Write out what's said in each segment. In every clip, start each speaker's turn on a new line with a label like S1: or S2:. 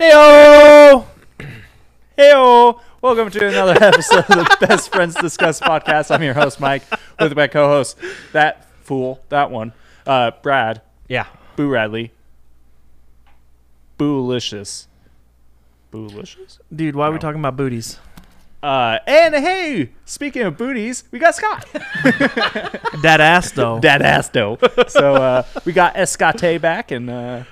S1: Heyo! Heyo! Welcome to another episode of the Best Friends Discuss podcast. I'm your host Mike with my co-host that fool, that one, uh, Brad. Yeah, Boo Radley. Boolicious. Boolicious.
S2: Dude, why are we talking about booties?
S1: Uh, and hey, speaking of booties, we got Scott.
S2: That ass though.
S1: That ass though. So uh, we got Escate back, and uh,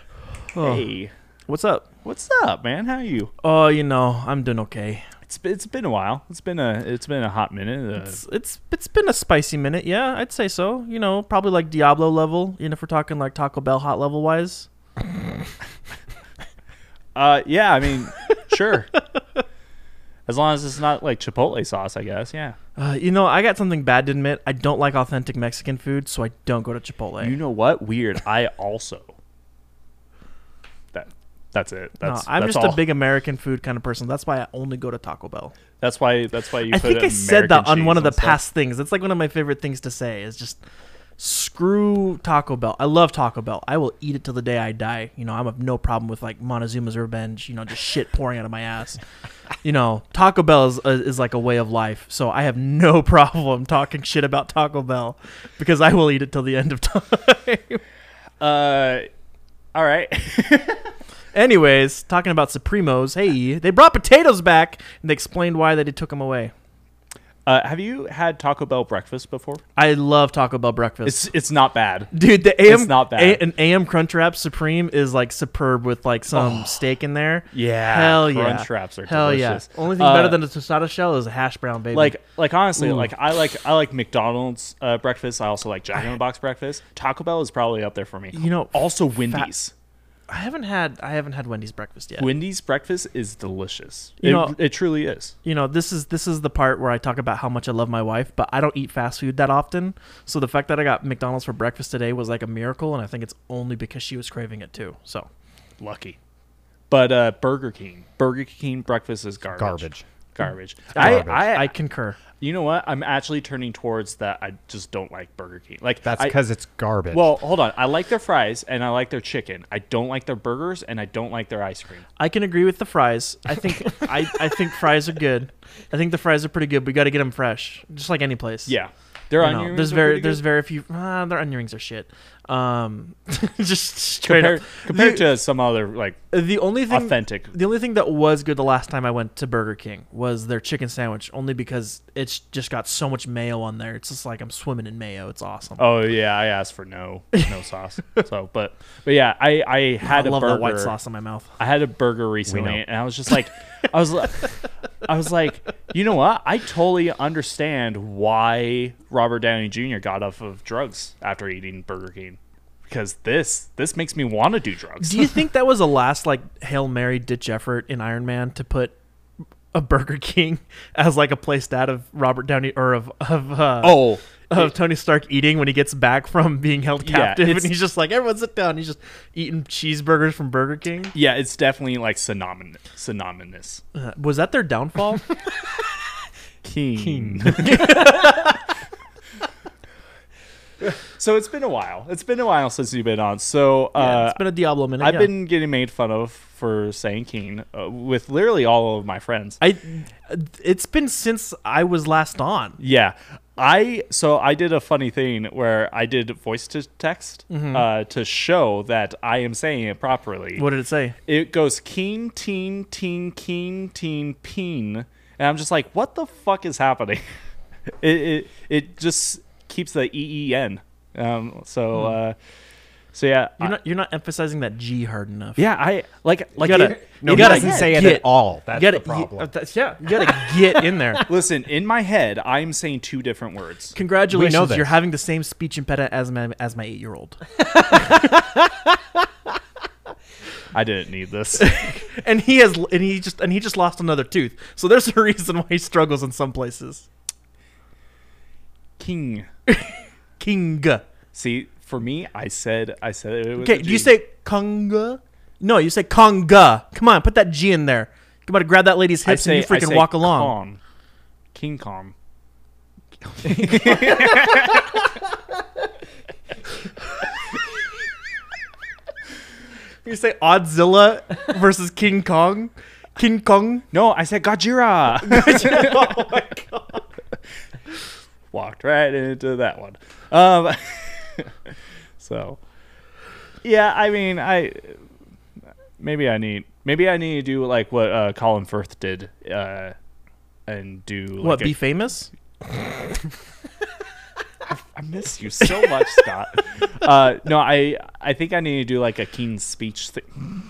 S2: Oh.
S1: hey,
S2: What's up?
S1: what's up, man? How you?
S2: Oh, you know, I'm doing okay.
S1: It's it's been a while. It's been a it's been a hot minute. Uh,
S2: It's it's it's been a spicy minute, yeah, I'd say so. You know, probably like Diablo level, you know, if we're talking like Taco Bell hot level wise.
S1: Uh, yeah, I mean, sure. As long as it's not like chipotle sauce, I guess. Yeah.
S2: Uh, you know, I got something bad to admit. I don't like authentic Mexican food, so I don't go to Chipotle.
S1: You know what? Weird. I also. That. That's it.
S2: no,
S1: That's.
S2: I'm
S1: that's
S2: just
S1: all.
S2: a big American food kind of person. That's why I only go to Taco Bell.
S1: That's why. That's why you.
S2: I
S1: put
S2: think I said that
S1: American
S2: on one
S1: cheese
S2: of the
S1: and stuff.
S2: past things. That's like one of my favorite things to say is just screw Taco Bell. I love Taco Bell. I will eat it till the day I die. You know, I'm of no problem with like Montezuma's revenge, you know, just shit pouring out of my ass. You know, Taco Bell is, uh, is like a way of life. So I have no problem talking shit about Taco Bell because I will eat it till the end of time.
S1: Uh, all right.
S2: Anyways, talking about Supremos, hey, they brought potatoes back and they explained why they took them away.
S1: Uh, have you had Taco Bell breakfast before?
S2: I love Taco Bell breakfast.
S1: It's it's not bad.
S2: Dude, the AM
S1: It's not bad.
S2: A- an AM Crunchwrap Supreme is like superb with like some steak in there.
S1: Yeah,
S2: hell yeah,
S1: Crunch wraps are
S2: hell
S1: delicious.
S2: yeah. Only thing
S1: Uh,
S2: better than a tostada shell is a hash brown, baby.
S1: Like, like honestly,
S2: Ooh.
S1: like I like I like McDonald's uh, breakfast. I also like Jack in the Box breakfast. Taco Bell is probably up there for me.
S2: You know,
S1: also Wendy's.
S2: I haven't had I haven't had Wendy's breakfast yet.
S1: Wendy's breakfast is delicious.
S2: You
S1: it,
S2: know-
S1: it truly is.
S2: you know, this is this is the part where I talk about how much I love my wife, but I don't eat fast food that often. So the fact that I got McDonald's for breakfast today was like a miracle, and I think it's only because she was craving it too. So
S1: Lucky. But uh, Burger King, Burger King breakfast is garbage.
S3: Garbage.
S1: Garbage. I,
S3: Garbage.
S1: I,
S2: I concur.
S1: you know what? I'm actually turning towards that. I just don't like Burger King. Like
S3: That's
S1: I-
S3: because it's garbage.
S1: Well, hold on. I like their fries and I like their chicken. I don't like their burgers and I don't like their ice cream.
S2: I can agree with the fries. I think I, I think fries are good. I think the fries are pretty good. We got to get them fresh, just like any place.
S1: Yeah, their
S2: You
S1: onion
S2: know,
S1: rings
S2: there's
S1: are
S2: very
S1: pretty
S2: there's
S1: good.
S2: very few. Uh, their onion rings are shit. Um, just straight
S1: compared
S2: up.
S1: compared to some other like
S2: the, the only thing
S1: authentic.
S2: the only thing that was good the last time I went to Burger King was their chicken sandwich, only because it's just got so much mayo on there. It's just like I'm swimming in mayo. It's awesome.
S1: Oh yeah, I asked for no no sauce. So, but but yeah, I I had
S2: I
S1: a
S2: love
S1: burger.
S2: that white sauce on my mouth.
S1: I had a burger recently,
S3: know.
S1: and I was just like, I was, li- I was like, you know what? I totally understand why Robert Downey Jr. got off of drugs after eating Burger King, because this this makes me want to do drugs.
S2: Do you think that was a last like hail mary ditch effort in Iron Man to put a Burger King as like a placed out of Robert Downey or of of uh,
S1: oh,
S2: of Tony Stark eating when he gets back from being held
S1: Yeah,
S2: captive
S1: it's-
S2: and he's just like everyone sit down he's just eating cheeseburgers from Burger King.
S1: yeah, it's definitely like synonymous. Synonymous.
S2: Uh, was that their downfall?
S1: King. so it's been a while. It's been a while since you've been on. So uh,
S2: Yeah, it's been a Diablo minute.
S1: I've
S2: yeah.
S1: been getting made fun of for saying Keen uh, with literally all of my friends.
S2: I it's been since I was last on.
S1: Yeah. I so I did a funny thing where I did voice to text uh, to show that I am saying it properly.
S2: Mm-hmm. What did it say?
S1: It goes keen teen teen keen teen peen, and I'm just like, what the fuck is happening? it, it it just keeps the e e n. Um. So
S2: Hmm.
S1: uh. So yeah. I-
S2: You're not you're not emphasizing that G hard enough.
S1: yeah. I like like
S2: gotta-
S1: it-
S3: no,
S2: you
S3: you
S2: gotta
S3: gotta say it
S2: get-
S3: at all. That's
S2: you gotta,
S3: the problem.
S2: You, uh, that's- yeah, you gotta get in there.
S1: listen in my head. I'm saying two different words.
S2: Congratulations,
S3: We know this.
S2: you're having the same speech impediment as my as my eight year old.
S1: I didn't need this.
S2: and he has and he just and he just lost another tooth. So there's a reason why he struggles in some places.
S1: King.
S2: King.
S1: See, for me, I said I said it was.
S2: Okay, do you say conga? No, you say conga. Come on, put that G in there. Come on, grab that lady's
S1: I
S2: hips and you
S1: I
S2: freaking walk along.
S1: Kong. King Kong.
S2: You say Oddzilla versus King Kong? King Kong?
S1: No, I said Gajira.
S2: oh my god.
S1: Walked right into that one. Um, so, yeah, I mean, I maybe I need maybe I need to do like what uh, Colin Firth did, uh, and do like
S2: What,
S1: a-
S2: be famous?
S1: I miss you so much, Scott. Uh, no, I I think I need to do like a Keen speech thing.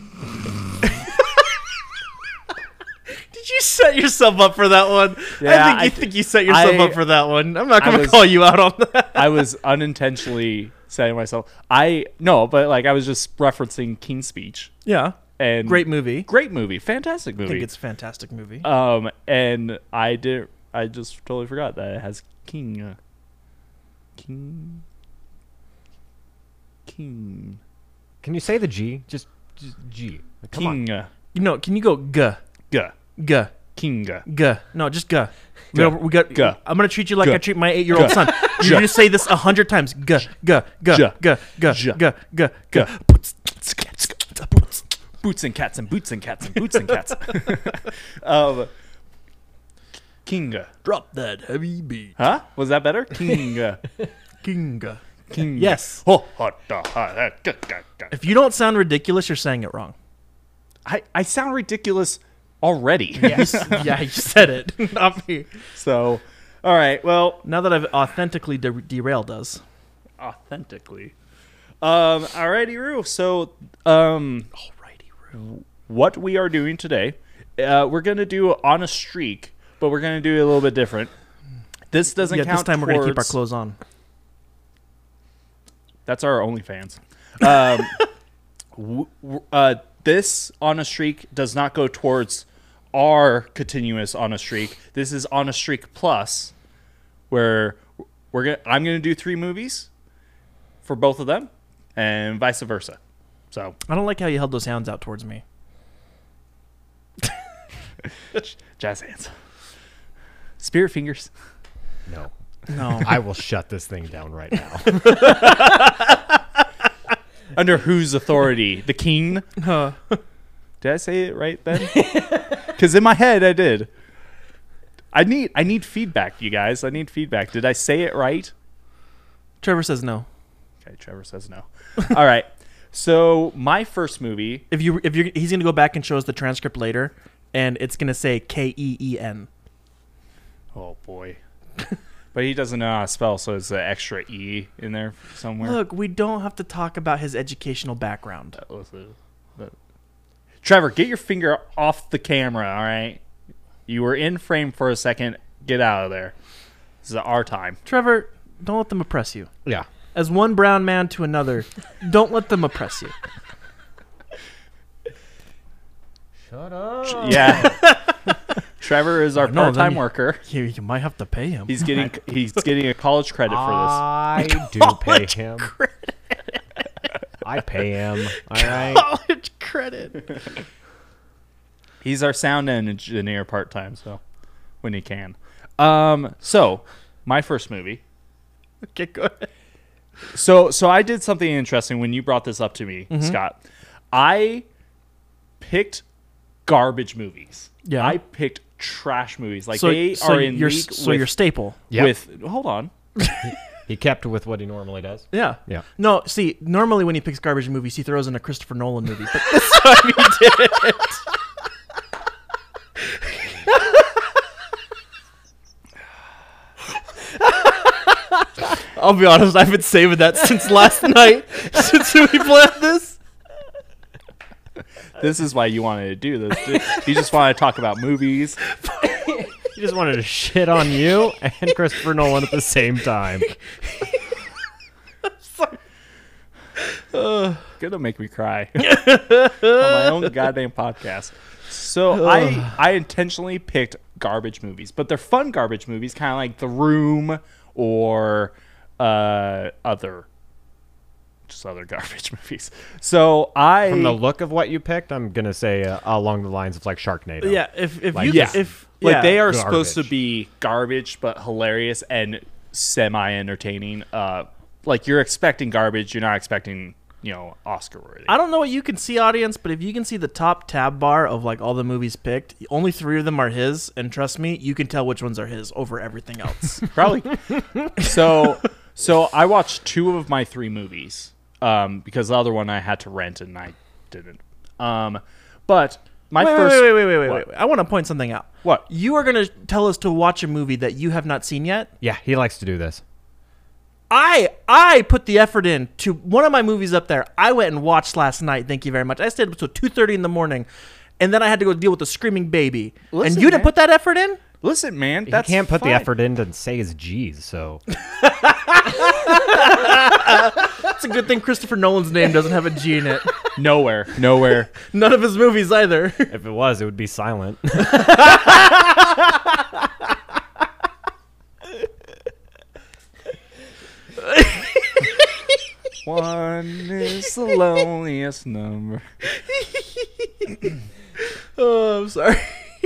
S2: Did you set yourself up for that one?
S1: Yeah, I
S2: I think you
S1: th-
S2: think you set yourself
S1: I-
S2: up for that one. I'm not
S1: I
S2: gonna
S1: was-
S2: call you out on that.
S1: I was unintentionally saying myself. I no, but like I was just referencing Keen speech
S2: Yeah.
S1: and
S2: Great movie.
S1: great movie, fantastic
S2: I think
S1: movie.
S2: it's a fantastic movie.
S1: Um, and I did. I just totally forgot that it has King. Uh, King. King.
S3: Can you say the G? Just, just G. Like, come on.
S1: King. uh,
S2: you know, can you go guh,
S1: Guh.
S2: guh,
S1: King. uh,
S2: guh? No, just guh. We
S1: Guh.
S2: don't- we got.
S1: Guh.
S2: I'm gonna treat you like
S1: Guh.
S2: I treat my eight year old
S1: Guh.
S2: son. You
S1: Juh.
S2: just say this a hundred times. Guh, guh, guh,
S1: Juh.
S2: guh, guh,
S1: Juh.
S2: guh, guh, guh.
S1: Guh. Boots and cats and boots and cats and boots and cats. um, King. uh,
S2: Drop that heavy beat.
S1: Huh? Was that better? King. uh,
S2: Kinga.
S1: King.
S2: Yes.
S1: Oh, hot, uh, hot, uh, guh, guh, guh.
S2: If you don't sound ridiculous, you're saying it wrong.
S1: I, I sound ridiculous already.
S2: Yes. yeah, you said it. Not me.
S1: so, all right. Well,
S2: Now that I've authentically de- derailed us.
S1: authentically. Um, alrighty, Roo. So, um,
S2: Alrighty, Roo.
S1: what we are doing today, uh, we're gonna do on a streak, but we're gonna do it a little bit different. This doesn't
S2: Yeah,
S1: count.
S2: this time we're gonna keep our
S1: towards-
S2: clothes on.
S1: That's our OnlyFans. Um, w- w- uh, this on a streak does not go towards our continuous on a streak. This is on a streak plus, where we're gonna. I'm gonna do three movies for both of them, and vice versa. So
S2: I don't like how you held those hands out towards me.
S1: Jazz hands. Spirit fingers.
S3: No.
S2: No.
S3: I will shut this thing down right now.
S1: Under whose authority? The king?
S2: Huh.
S1: Did I say it right then? Because in my head, I did. I need I need feedback, you guys. I need feedback. Did I say it right?
S2: Trevor says no.
S1: Okay, Trevor says no. All right. So my first movie.
S2: If you if you he's gonna go back and show us the transcript later, and it's gonna say K E E N.
S1: Oh boy. But he doesn't know how to spell, so it's an extra e in there somewhere.
S2: Look, we don't have to talk about his educational background.
S1: Trevor, get your finger off the camera, all right? You were in frame for a second. Get out of there. This is our time.
S2: Trevor, don't let them oppress you.
S3: yeah.
S2: As one brown man to another, don't let them oppress you.
S3: Shut up.
S1: Yeah. Trevor is our
S2: Uh, No, then
S1: part-time
S2: you-
S1: worker.
S2: You, you might have to pay him.
S1: He's getting he's getting a college credit for
S2: Ah.
S3: I do
S2: Oh
S3: pay him. I pay him. All right.
S2: college credit.
S1: this. He's our sound engineer part-time, so when he can. Um, so my first movie.
S2: okay, go ahead.
S1: So so I did something interesting when you brought this up to me,
S2: Mm-hmm.
S1: Scott. I picked garbage movies.
S2: Yeah.
S1: I picked trash movies. Like
S2: So,
S1: they
S2: so
S1: are in
S2: your
S1: league
S2: so
S1: with,
S2: your staple.
S3: Yep.
S1: with hold on.
S3: He kept with what he normally does.
S2: Yeah.
S3: Yeah.
S2: No, see, normally when he picks garbage movies, he throws in a Christopher Nolan movie. But I'll be honest, I've been saving that since last night, since we planned this.
S1: This is why you wanted to do this. you just want to talk about movies.
S3: He just wanted to shit on you and Christopher Nolan at the same time.
S1: Gonna make me cry on my own goddamn podcast. So I I intentionally picked garbage movies, but they're fun garbage movies, kind of like The Room or uh, other, just other garbage movies. So I
S3: From the look of what you picked, I'm gonna say uh, along the lines of like Sharknado.
S2: Yeah, if if
S3: Like,
S2: you
S1: yeah.
S2: if
S1: like
S2: yeah.
S1: they are
S3: Garbage.
S1: supposed to be garbage but hilarious and semi entertaining. Uh, like you're expecting garbage, you're not expecting you know, Oscar worthy.
S2: I don't know what you can see, audience, but if you can see the top tab bar of like all the movies picked, only three of them are his, and trust me, you can tell which ones are his over everything else.
S1: Probably. so, so I watched two of my three movies um, because the other one I had to rent and I didn't. Um, but my
S2: wait,
S1: first,
S2: wait, wait, wait, wait, wait,
S1: What?
S2: wait. I want to point something out.
S1: What?
S2: You are going to tell us to watch a movie that you have not seen yet?
S3: Yeah, he likes to do this.
S2: I I put the effort in to one of my movies up there. I went and watched last night. Thank you very much. I stayed up till two thirty in the morning, and then I had to go deal with a screaming baby. and
S1: Listen,
S2: you
S1: man.
S2: didn't put that effort in.
S1: listen, man,
S3: He
S1: that's
S3: can't put
S1: fine.
S3: the effort in to say his G's, so
S2: It's a good thing Christopher Nolan's name doesn't have a G in it.
S1: nowhere, nowhere.
S2: None of his movies either.
S3: if it was, it would be silent.
S1: One is the loneliest number.
S2: oh, I'm sorry.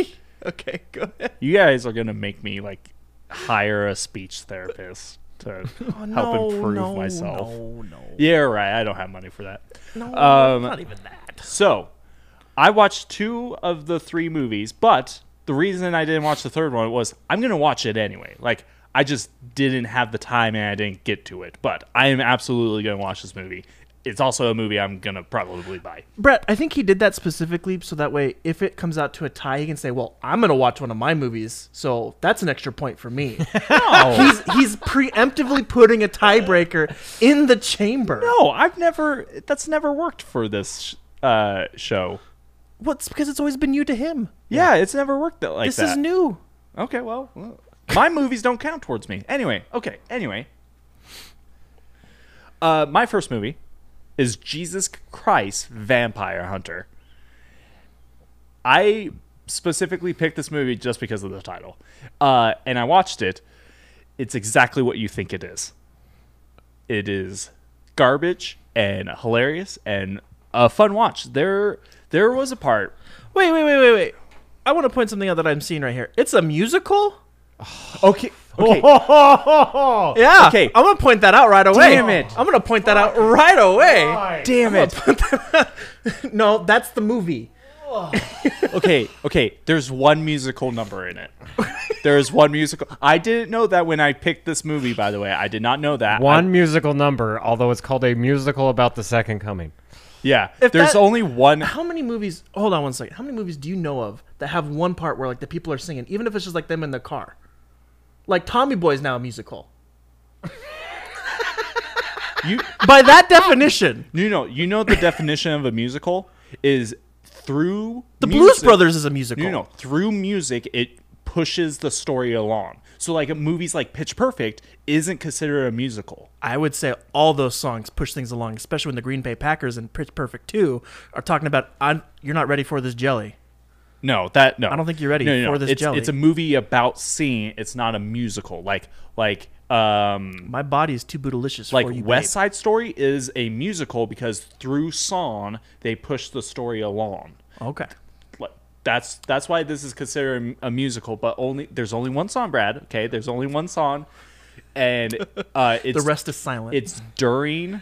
S2: okay, go ahead.
S1: You guys are gonna make me like hire a speech therapist to help improve myself.
S2: Oh, No, no,
S1: Yeah, right. I don't have money for that.
S2: no,
S1: Um,
S2: not even that.
S1: So, I watched two of the three movies, but the reason I didn't watch the third one was I'm going to watch it anyway. Like, I just didn't have the time and I didn't get to it, but I am absolutely going to watch this movie. It's also a movie I'm going to probably buy.
S2: Brett, I think he did that specifically so that way, if it comes out to a tie, he can say, "Well, I'm going to watch one of my movies, so that's an extra point for me."
S1: No,
S2: he's he's preemptively putting a tiebreaker in the chamber.
S1: no I've never, that's never worked for this uh, show.
S2: What's because it's always been you to him.
S1: Yeah, it's never worked that like
S2: This
S1: that.
S2: is new.
S1: Okay, well, well, my movies don't count towards me. Anyway, okay, anyway. Uh, my first movie is Jesus Christ Vampire Hunter. I specifically picked this movie just because of the title. Uh, and I watched it. It's exactly what you think it is. It is garbage and hilarious and a fun watch. There there was a part
S2: Wait, wait, wait, wait, wait. I want to point something out that I'm seeing right here. It's a musical.
S1: Okay. Okay.
S2: Yeah.
S1: Okay.
S2: I'm gonna point that out right away.
S1: Damn it.
S2: I'm gonna point that out right away.
S1: Damn it.
S2: No, that's the movie.
S1: okay, okay. There's one musical number in it. There is one musical. I didn't know that when I picked this movie. By the way, I did not know that.
S3: One
S1: I-
S3: musical number, although it's called a musical about the second coming.
S1: yeah.
S2: If
S1: There's
S2: that-
S1: only one.
S2: How many movies? Hold on one second. How many movies do you know of that have one part where like the people are singing, even if it's just like them in the car? Like Tommy Boy's now a musical.
S1: You,
S2: By that definition,
S1: you know, you know the definition of a musical is through
S2: The Blues
S1: music-
S2: Brothers is a musical.
S1: You know, through music, it pushes the story along. So, like movies like Pitch Perfect isn't considered a musical.
S2: I would say all those songs push things along, especially when the Green Bay Packers and Pitch Perfect 2 are talking about, I'm, you're not ready for this jelly.
S1: No, that no. I
S2: don't think you're ready for this
S1: it's,
S2: jelly.
S1: It's a movie about singing. It's not a musical. Like like um
S2: My body is too bootylicious
S1: like
S2: for you,
S1: West
S2: babe.
S1: Side Story is a musical because through song they push the story along.
S2: Okay.
S1: Like that's that's why this is considered a musical, but only there's only one song, Brad. Okay, there's only one song, and uh, it's
S2: The rest is silent.
S1: it's during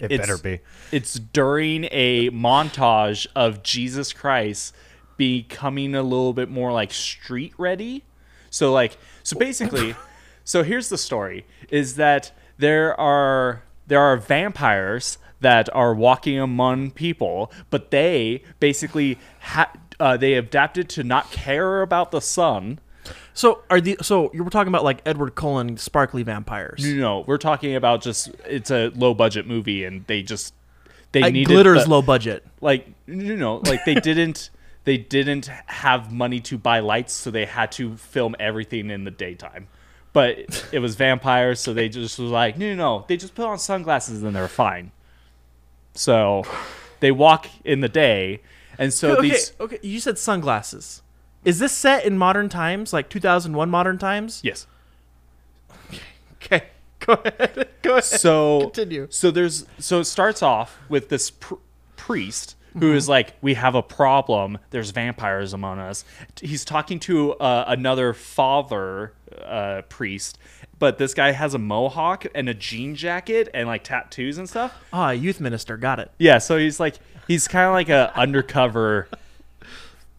S3: It
S1: It's-
S3: better be.
S1: it's during a montage of Jesus Christ becoming a little bit more like street ready. So like so basically so here's the story is that there are there are vampires that are walking among people, but they basically ha- uh, they adapted to not care about the sun.
S2: so are the so you were talking about like Edward Cullen sparkly vampires.
S1: You know, we're talking about just it's a low budget movie, and they just they
S2: Like
S1: needed
S2: glitters
S1: the-
S2: low budget.
S1: like you know like they didn't they didn't have money to buy lights so they had to film everything in the daytime but it was vampires so they just was like no no no they just put on sunglasses and they're fine so they walk in the day and so
S2: okay,
S1: these
S2: okay, you said sunglasses. Is this set in modern times, like 2001 modern times?
S1: yes
S2: Okay. Go ahead. Go ahead.
S1: so
S2: Continue.
S1: So there's so it starts off with this pr- priest who
S2: Mm-hmm.
S1: is like, "We have a problem. There's vampires among us." He's talking to uh, another father uh, priest, but this guy has a mohawk and a jean jacket and like tattoos and stuff.
S2: Ah, youth minister, got it.
S1: Yeah, so he's like he's kind of like a undercover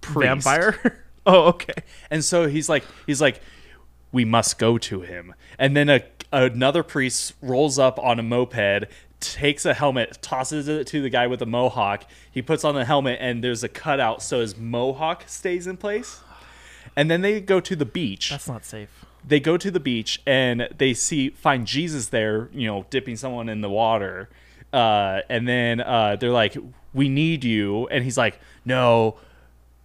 S1: priest.
S2: Vampire. oh, okay.
S1: And so he's like he's like we must go to him. And then a another priest rolls up on a moped, takes a helmet, tosses it to the guy with the mohawk. He puts on the helmet and there's a cutout so his mohawk stays in place. And then they go to the beach
S2: That's not safe.
S1: they go to the beach and they see find Jesus there, you know, dipping someone in the water. Uh, and then uh, they're like, "We need you," and he's like, "No,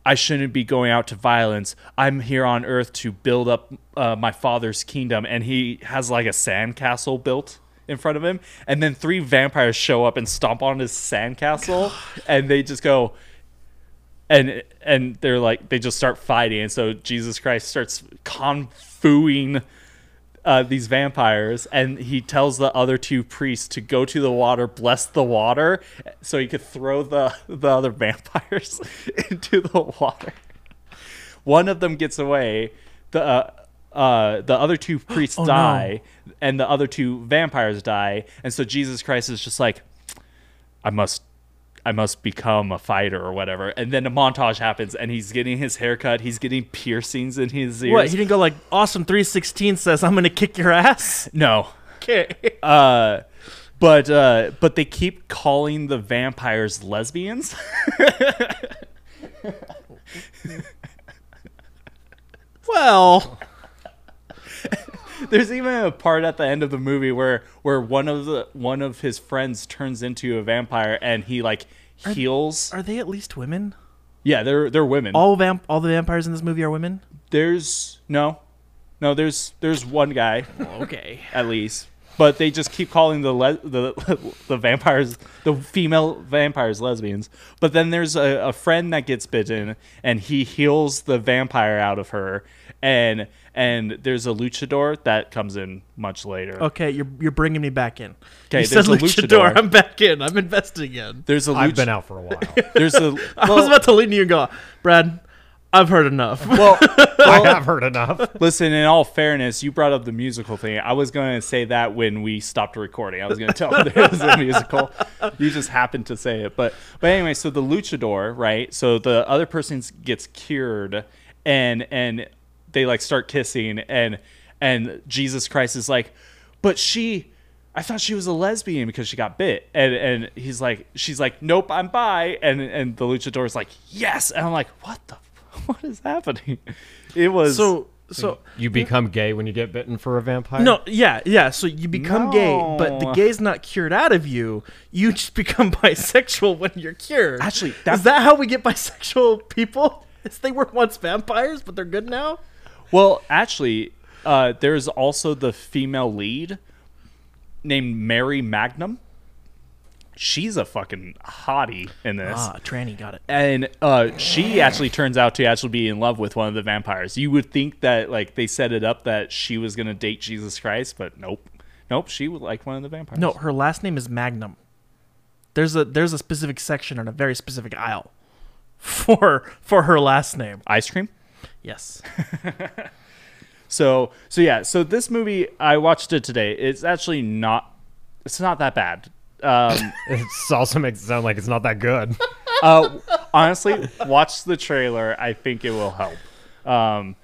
S1: I shouldn't be going out to violence. I'm here on Earth to build up uh, my father's kingdom." And he has like a sandcastle built in front of him, and then three vampires show up and stomp on his sandcastle, and they just go, and and they're like they just start fighting and so jesus christ starts kung fuing uh, these vampires and he tells the other two priests to go to the water bless the water so he could throw the the other vampires into the water one of them gets away the uh, uh, the other two priests
S2: no.
S1: die and the other two vampires die and so jesus christ is just like I must I must become a fighter or whatever. And then a montage happens and he's getting his haircut, he's getting piercings in his ears.
S2: What? He didn't go like awesome. Three sixteen says, "I'm gonna kick your ass."
S1: no.
S2: Okay.
S1: Uh but uh but they keep calling the vampires lesbians.
S2: well,
S1: There's even a part at the end of the movie where where one of the one of his friends turns into a vampire and he like heals.
S2: are they at least women?
S1: yeah, they're they're women.
S2: All vamp, all the vampires in this movie are women.
S1: there's no no, there's there's one guy.
S2: Okay.
S1: at least. But they just keep calling the le- the the vampires the female vampires lesbians. But then there's a, a friend that gets bitten, and he heals the vampire out of her. And and there's a luchador that comes in much later.
S2: Okay, you're you're bringing me back in.
S1: Okay,
S2: you
S1: there's
S2: said
S1: a luchador.
S2: I'm back in. I'm investing in.
S1: There's a luch-
S3: I've been out for a while.
S1: There's a well,
S2: I was about to lean to you and go, Brad. I've heard enough.
S1: well,
S3: I have heard enough.
S1: listen. In all fairness, you brought up the musical thing. I was going to say that when we stopped recording. I was going to tell them there was a musical. You just happened to say it, but but anyway. So the luchador, right? So the other person gets cured, and and they like start kissing, and and Jesus Christ is like, but she. I thought she was a lesbian because she got bit, and and he's like, she's like, nope, I'm bi, and and the luchador is like, yes, and I'm like, what the, what is happening? It was
S2: so so
S3: You become gay when you get bitten for a vampire?
S2: No, yeah, yeah. So you become gay, but the
S1: No.
S2: gay's not cured out of you. You just become bisexual when you're cured.
S1: Actually, that-
S2: is that how we get bisexual people? Is they were once vampires, but they're good now.
S1: Well, actually, uh, there's also the female lead named Mary Magnum. She's a fucking hottie in this.
S2: Ah, tranny got it.
S1: And uh, she actually turns out to actually be in love with one of the vampires. You would think that like they set it up that she was gonna date Jesus Christ, but nope, nope. She would like one of the vampires.
S2: No, her last name is Magnum. There's a there's a specific section on a very specific aisle for for her last name.
S1: ice cream.
S2: Yes.
S1: So so yeah, so this movie I watched it today. It's actually not. It's not that bad. Um,
S3: It also makes it sound like it's not that good.
S1: uh, honestly, watch the trailer. I think it will help. Um,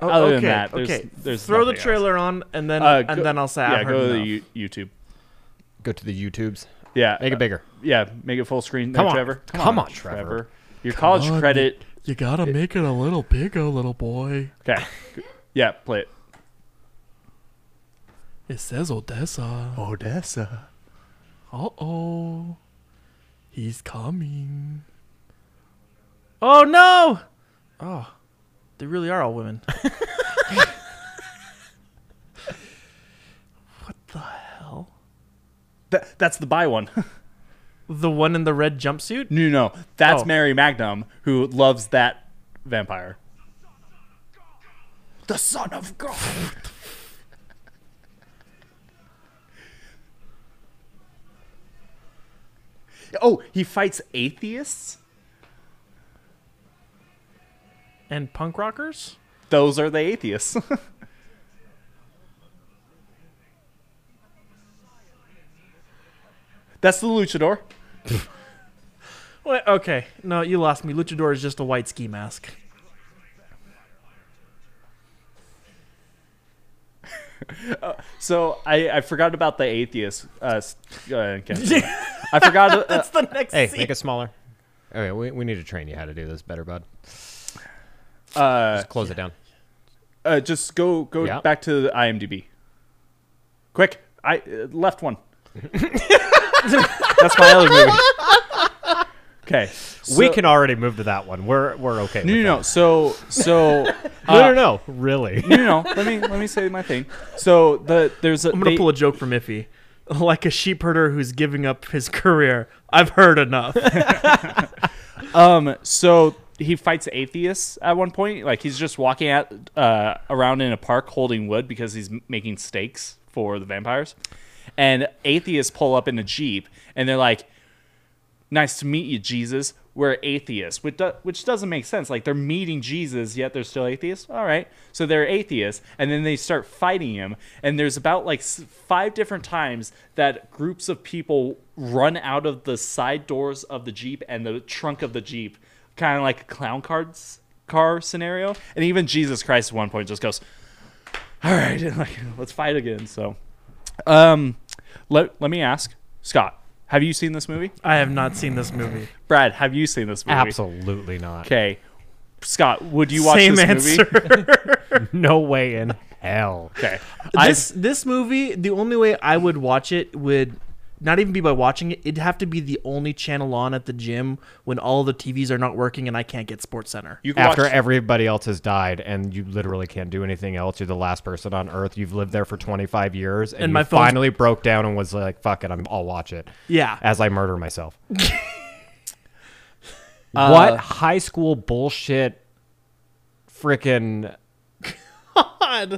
S1: other than that, there's, there's
S2: Oh, throw the
S1: nothing else.
S2: trailer on and then
S1: Uh,
S2: and
S1: go-
S2: then I'll say
S1: yeah,
S2: I've heard
S1: go to
S2: enough.
S1: the you- YouTube.
S3: Go to the YouTubes.
S1: Yeah,
S3: Make
S1: uh,
S3: it bigger.
S1: Yeah, make it full screen. There,
S3: Come on.
S1: Trevor.
S3: Come on, Trevor.
S1: Your college
S4: on,
S1: credit.
S4: Oh, You gotta make it a little bigger, little boy.
S1: Okay. Yeah, play it.
S4: It says Odessa.
S1: Odessa.
S4: Uh oh. He's coming.
S2: Oh no! Oh, they really are all women. what the hell?
S1: That, that's the buy one.
S2: The one in the red jumpsuit?
S1: no, no, that's
S2: Oh.
S1: Mary Magnum who loves that vampire. The son of God. oh, he fights atheists.
S2: And punk rockers?
S1: Those are the atheists. That's the luchador.
S2: Wait, okay, no, you lost me. Luchador is just a white ski mask.
S1: So I, I forgot about the atheist. Uh, s- uh, can't- I forgot. Uh,
S2: That's the next
S3: Hey,
S2: scene.
S3: make it smaller. Okay, Oh, we, we need to train you how to do this better, bud.
S1: uh,
S3: Just close it down.
S1: uh, just go go
S3: Yeah.
S1: back to the IMDb. Quick, I uh, left one. That's my other movie. Okay,
S3: we
S1: so-
S3: can already move to that one. We're we're okay.
S1: No,
S3: with
S1: no, Uh, no. So, so
S3: that. no, no, no. Really?
S1: no, no, no. Let me let me say my thing. So the there's a
S2: I'm gonna
S1: they-
S2: pull a joke from Iffy. Like a sheep herder who's giving up his career. I've heard enough.
S1: Um, so he fights atheists at one point. Like he's just walking at uh, around in a park holding wood because he's m- making stakes for the vampires. And atheists pull up in a jeep, and they're like, "Nice to meet you, Jesus. We're atheists," which do- which doesn't make sense. Like they're meeting Jesus, yet they're still atheists. All right, so they're atheists, and then they start fighting him. And there's about like s- five different times that groups of people run out of the side doors of the jeep and the trunk of the jeep, kind of like a clown cards car scenario. And even Jesus Christ at one point just goes, "All right, like, let's fight again." So, um, let let me ask Scott. Have you seen this movie?
S2: I have not seen this movie.
S1: Brad, have you seen this movie?
S3: Absolutely not.
S1: Okay. Scott, would you watch
S2: Same
S1: this
S2: answer.
S1: movie?
S3: No way in hell.
S1: Okay.
S2: this this movie, the only way I would watch it would not even be by watching it. It'd have to be the only channel on at the gym when all the TVs are not working and I can't get Sports Center.
S1: you can
S3: After
S1: watch,
S3: everybody else has died and you literally can't do anything else, you're the last person on Earth. You've lived there for 25 years, and,
S2: And
S3: you
S2: my phone's-
S3: finally broke down and was like, "Fuck it, I'm, I'll watch it."
S2: Yeah.
S3: as I murder myself.
S1: Uh,
S3: what high school bullshit freaking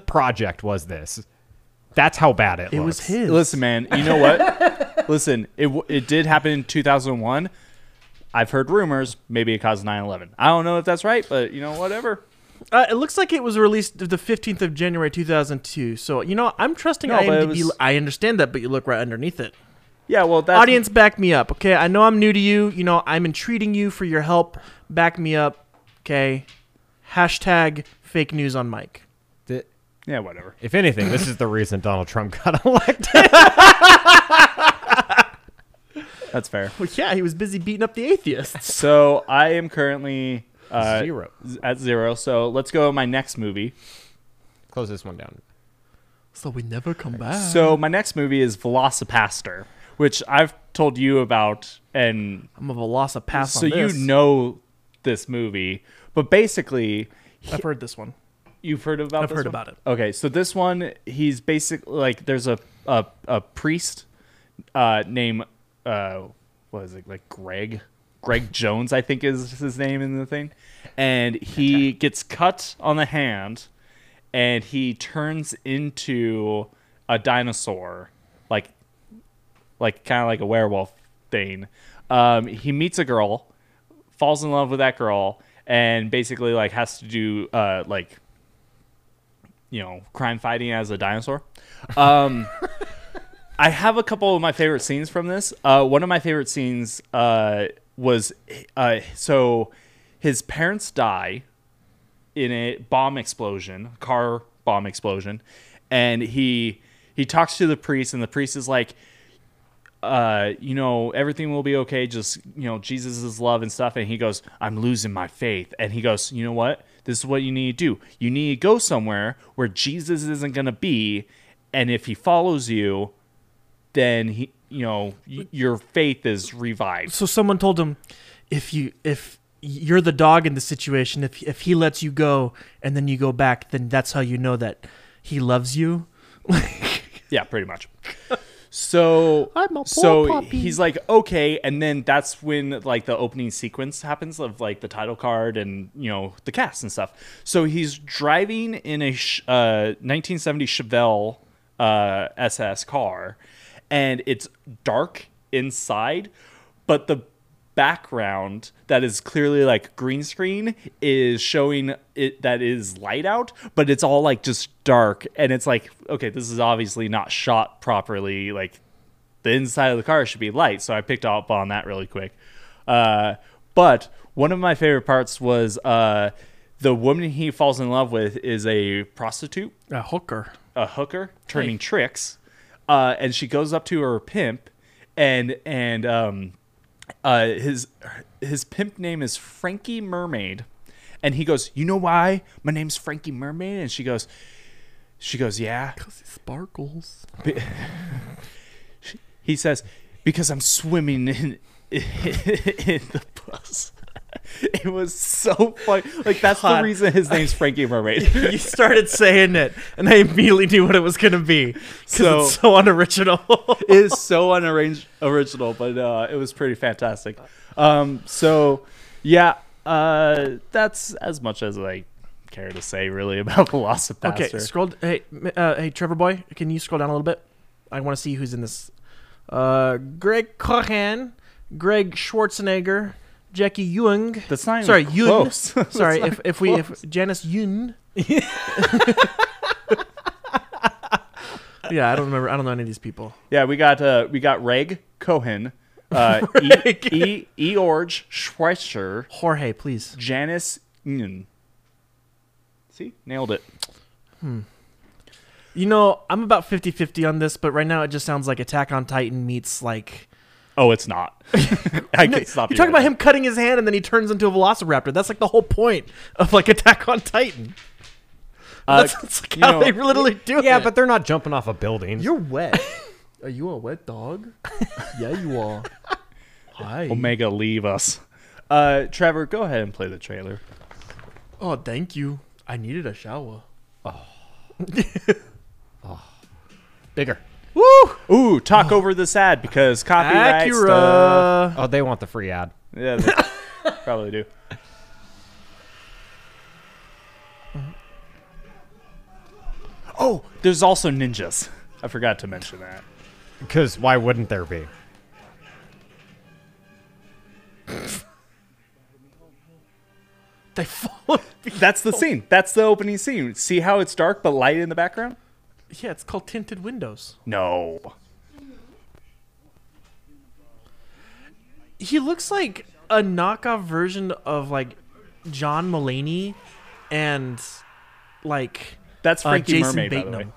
S3: project was this? That's how bad it,
S2: It was
S3: looks.
S2: his.
S1: listen, man, you know what? listen, it, w- it did happen in 2001. I've heard rumors. Maybe it caused 9 11. I don't know if that's right, but you know, whatever.
S2: Uh, it looks like it was released the 15th of January 2002. So, you know, I'm trusting
S1: No, but it
S2: IMDb.
S1: was-
S2: I understand that, but you look right underneath it.
S1: Yeah, well, that's.
S2: Audience, back me up, okay? I know I'm new to you. You know, I'm entreating you for your help. Back me up, okay? Hashtag fake news on Mike.
S3: Th-
S1: Yeah, whatever.
S3: If anything, this is the reason Donald Trump got elected.
S1: That's fair.
S2: Well, yeah, he was busy beating up the atheists.
S1: So I am currently uh,
S3: Zero.
S1: z- at zero. So let's go to my next movie.
S3: Close this one down.
S4: So we never come back.
S1: So my next movie is Velocipaster, which I've told you about and
S2: I'm a velocipass
S1: so
S2: on this.
S1: you know this movie, but basically
S2: I've heard this one.
S1: you've heard about.
S2: I've
S1: this
S2: heard
S1: one?
S2: about it.
S1: Okay, so this one he's basically like there's a a, a priest uh, named uh, what is it like Greg Greg Jones I think is his name in the thing, and he gets cut on the hand, and he turns into a dinosaur like like kind of like a werewolf thing. Um, he meets a girl, falls in love with that girl, and basically like has to do uh, like you know crime fighting as a dinosaur. Um, I have a couple of my favorite scenes from this. Uh, one of my favorite scenes uh, was uh, so his parents die in a bomb explosion, car bomb explosion, and he he talks to the priest, and the priest is like, uh, you know, everything will be okay. Just, you know, Jesus is love and stuff. And he goes, I'm losing my faith. And he goes, you know what? This is what you need to do. You need to go somewhere where Jesus isn't going to be. And if he follows you, then he, you know, y- your faith is revived.
S2: So someone told him, if you if you're the dog in the situation, if if he lets you go and then you go back, then that's how you know that he loves you.
S1: Yeah, pretty much. So
S2: I'm a poor
S1: so
S2: puppy.
S1: he's like okay, and then that's when like the opening sequence happens of like the title card and you know the cast and stuff. So he's driving in a sh- uh, 1970 Chevelle uh, SS car, and it's dark inside, but the background that is clearly like green screen is showing it that is light out but it's all like just dark and it's like okay this is obviously not shot properly like the inside of the car should be light. So I picked up on that really quick. Uh, but one of my favorite parts was uh, the woman he falls in love with is a prostitute
S2: A hooker.
S1: a hooker turning tricks, uh, and she goes up to her pimp, and and um, uh, his his pimp name is Frankie Mermaid, and he goes, "You know why my name's Frankie Mermaid?" And she goes, "She goes, yeah."
S4: Because he sparkles.
S1: He says, "Because I'm swimming in in the bus." It was so funny. Like that's
S2: God.
S1: the reason his name's Frankie Mermaid.
S2: you started saying it, and I immediately knew what it was going to be. 'cause
S1: So-
S2: it's so unoriginal.
S1: It is so unarranged original, but uh, it was pretty fantastic. Um, so yeah, uh, that's as much as I care to say really about Velocipaster.
S2: okay, scroll. Hey, m- uh, hey, Trevor boy, can you scroll down a little bit? I want to see who's in this. Uh, Greg Cohan, Greg Schwarzenegger, Jackie Jung.
S1: that's not even
S2: Sorry, Yoon.
S1: close.
S2: Sorry,
S1: That's
S2: if,
S1: not
S2: if we if
S1: close.
S2: Janice Yun. yeah, I don't remember. I don't know any of these people.
S1: yeah, we got uh, we got Reg Cohen, uh,
S2: Reg.
S1: E E Eorge Schweitzer,
S2: Jorge, please.
S1: Janice Nguyen. See, nailed it.
S2: You know, I'm about 50-50 on this, but right now it just sounds like Attack on Titan meets like
S1: Oh, it's not. I
S2: No,
S1: can stop
S2: You're
S1: you.
S2: talking
S1: right
S2: about him cutting his hand and then he turns into a velociraptor. That's like the whole point of like Attack on Titan.
S1: Uh,
S2: that's, that's, like
S1: you
S2: how
S1: know-
S2: they literally do
S3: Yeah,
S2: it.
S3: but they're not jumping off a building.
S4: You're wet. are you a wet dog? yeah, you are. Hi.
S1: there. Omega, leave us. Uh, Trevor, go ahead and play the trailer.
S4: Oh, thank you. I needed a shower.
S3: Bigger.
S2: Woo!
S1: Ooh, talk over this ad because copyright stuff.
S2: Acura.
S3: Oh, they want the free ad.
S1: Yeah, they probably do. Oh, there's also ninjas. I forgot to mention that.
S3: Because why wouldn't there be?
S2: They follow.
S1: That's the scene. That's the opening scene. See how it's dark but light in the background?
S2: Yeah, it's called tinted windows.
S1: No.
S2: He looks like a knockoff version of like John Mulaney and like
S1: That's
S2: uh,
S1: Frankie
S2: Jason
S1: Mermaid, by the way.
S2: Bateman.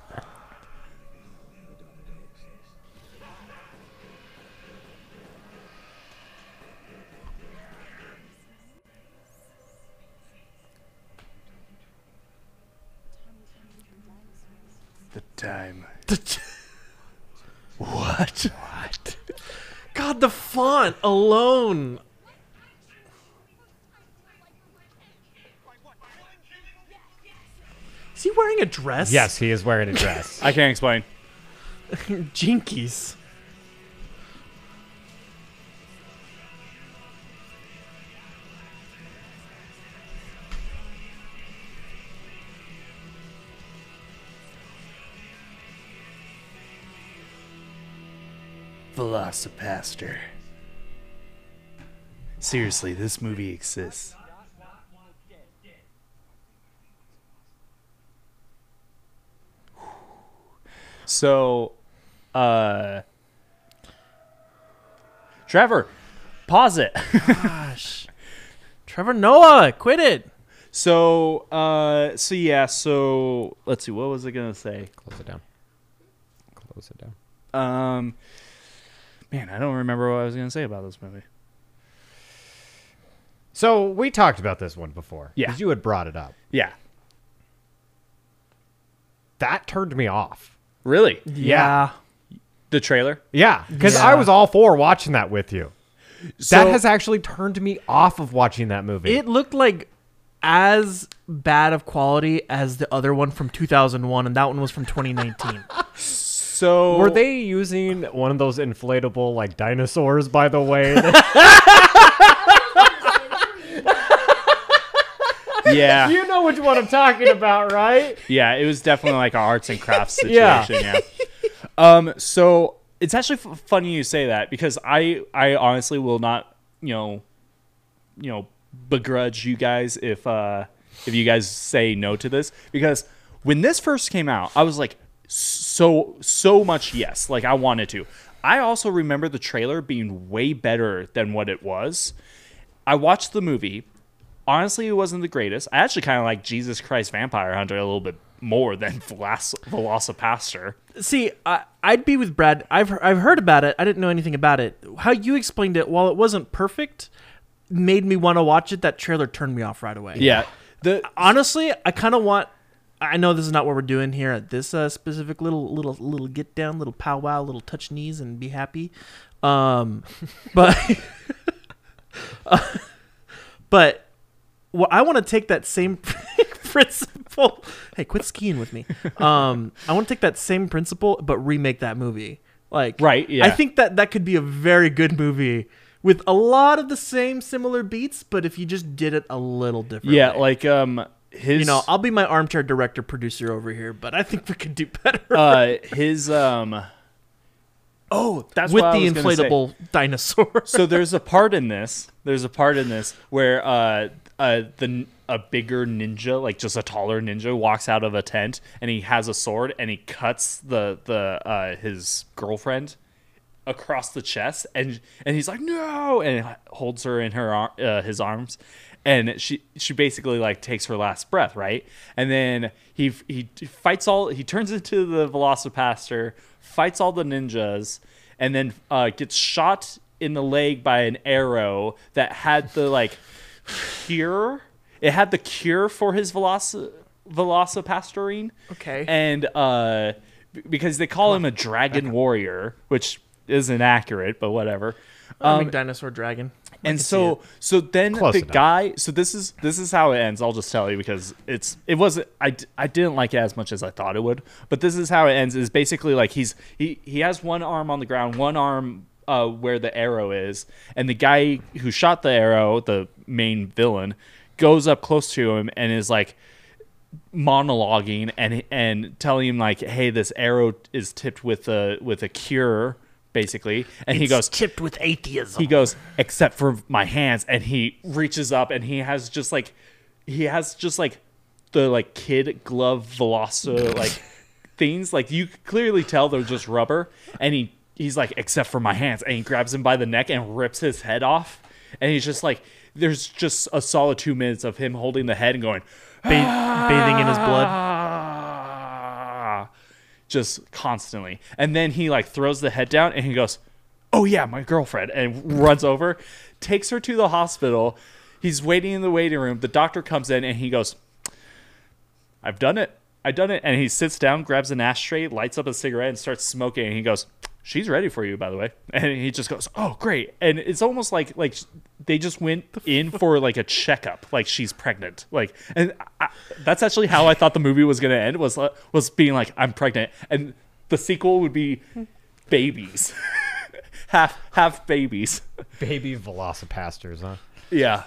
S1: The time.
S2: what? What? God, the font alone. Is he wearing a dress?
S3: Yes, he is wearing a dress.
S1: I can't explain.
S2: Jinkies.
S1: Velocipaster. Seriously, this movie exists. So, uh, Trevor, pause it.
S2: Gosh. Trevor Noah, quit it.
S1: so, uh, so yeah, so let's see, what was I gonna say?
S3: Close it down. Close it down.
S1: Um, man, I don't remember what I was gonna say about this movie.
S3: So we talked about this one before.
S1: Yeah.
S3: 'cause you had brought it up.
S1: Yeah,
S3: That turned me off.
S1: really,
S3: Yeah.
S1: the trailer.
S3: Yeah, because
S2: Yeah.
S3: I was all for watching that with you.
S1: So-
S3: that has actually turned me off of watching that movie.
S2: It looked like as bad of quality as the other one from 2001, and that one was from 2019.
S1: So
S3: Were they using one of those inflatable like dinosaurs? By the way,
S1: Yeah,
S3: you know which one I'm talking about, right?
S1: yeah. It was definitely like a arts and crafts situation. yeah. Um. So it's actually f- funny you say that because I I honestly will not you know you know begrudge you guys if uh if you guys say no to this because when this first came out I was like so so much yes like I wanted to I also remember the trailer being way better than what it was. I watched the movie. Honestly, it wasn't the greatest. I actually kind of like Jesus Christ Vampire Hunter a little bit more than Velas- Velocipaster.
S2: See, I, I'd be with Brad. I've he- I've heard about it. I didn't know anything about it. How you explained it, while it wasn't perfect, made me want to watch it. That trailer turned me off right away.
S1: Yeah. The
S2: Honestly, I kind of want. I know this is not what we're doing here at this uh, specific little little little get down, little powwow, little touch knees and be happy. Um, but but well, I want to take that same principle. Hey, quit skiing with me. Um, I want to take that same principle, but remake that movie. Like,
S1: Right, yeah.
S2: I think that that could be a very good movie with a lot of the same similar beats, but if you just did it a little differently.
S1: yeah, like um his
S2: you know, I'll be my armchair director producer over here, but I think we could do better
S1: uh his um Oh, that's
S2: with
S1: what I
S2: the
S1: was gonna say.
S2: inflatable dinosaur.
S1: so there's a part in this. There's a part in this where uh, uh, the a bigger ninja, like just a taller ninja, walks out of a tent and he has a sword and he cuts the the uh, his girlfriend across the chest and and he's like no and holds her in her ar- uh, his arms and she she basically like takes her last breath right and then he he fights all he turns into the velocipaster fights all the ninjas and then uh, gets shot in the leg by an arrow that had the like cure it had the cure for his veloci velocipastorine
S2: Okay.
S1: and uh, b- because they call him a dragon warrior, which isn't accurate, but whatever.
S2: I
S1: Um,
S2: mean, dinosaur dragon. I can
S1: And
S2: see
S1: so,
S2: it.
S1: so then
S3: Close
S1: the
S3: enough.
S1: guy. So this is this is how it ends. I'll just tell you because it's it wasn't. I, d- I didn't like it as much as I thought it would. But this is how it ends. Is basically like he's he he has one arm on the ground, one arm uh, where the arrow is, and the guy who shot the arrow, the main villain, goes up close to him and is like, monologuing and and telling him like, "Hey, this arrow is tipped with a with a cure." Basically, and he goes tipped with atheism. He goes, except for my hands, and he reaches up and he has just like, he has just like, the like kid glove veloci like things like you could clearly tell they're just rubber, and he he's like, except for my hands, and he grabs him by the neck and rips his head off, and he's just like, there's just a solid two minutes of him holding the head and going,
S2: Ba- bathing in his blood.
S1: blood just constantly and then he like throws the head down and he goes oh yeah my girlfriend and runs over takes her to the hospital he's waiting in the waiting room the doctor comes in and he goes i've done it i've done it and he sits down grabs an ashtray lights up a cigarette and starts smoking and he goes she's ready for you by the way and he just goes oh great and it's almost like like they just went in for like a checkup like she's pregnant like and I, that's actually how i thought the movie was going to end was uh, was being like i'm pregnant and the sequel would be babies half half babies
S3: Baby velocipastors, huh?
S1: yeah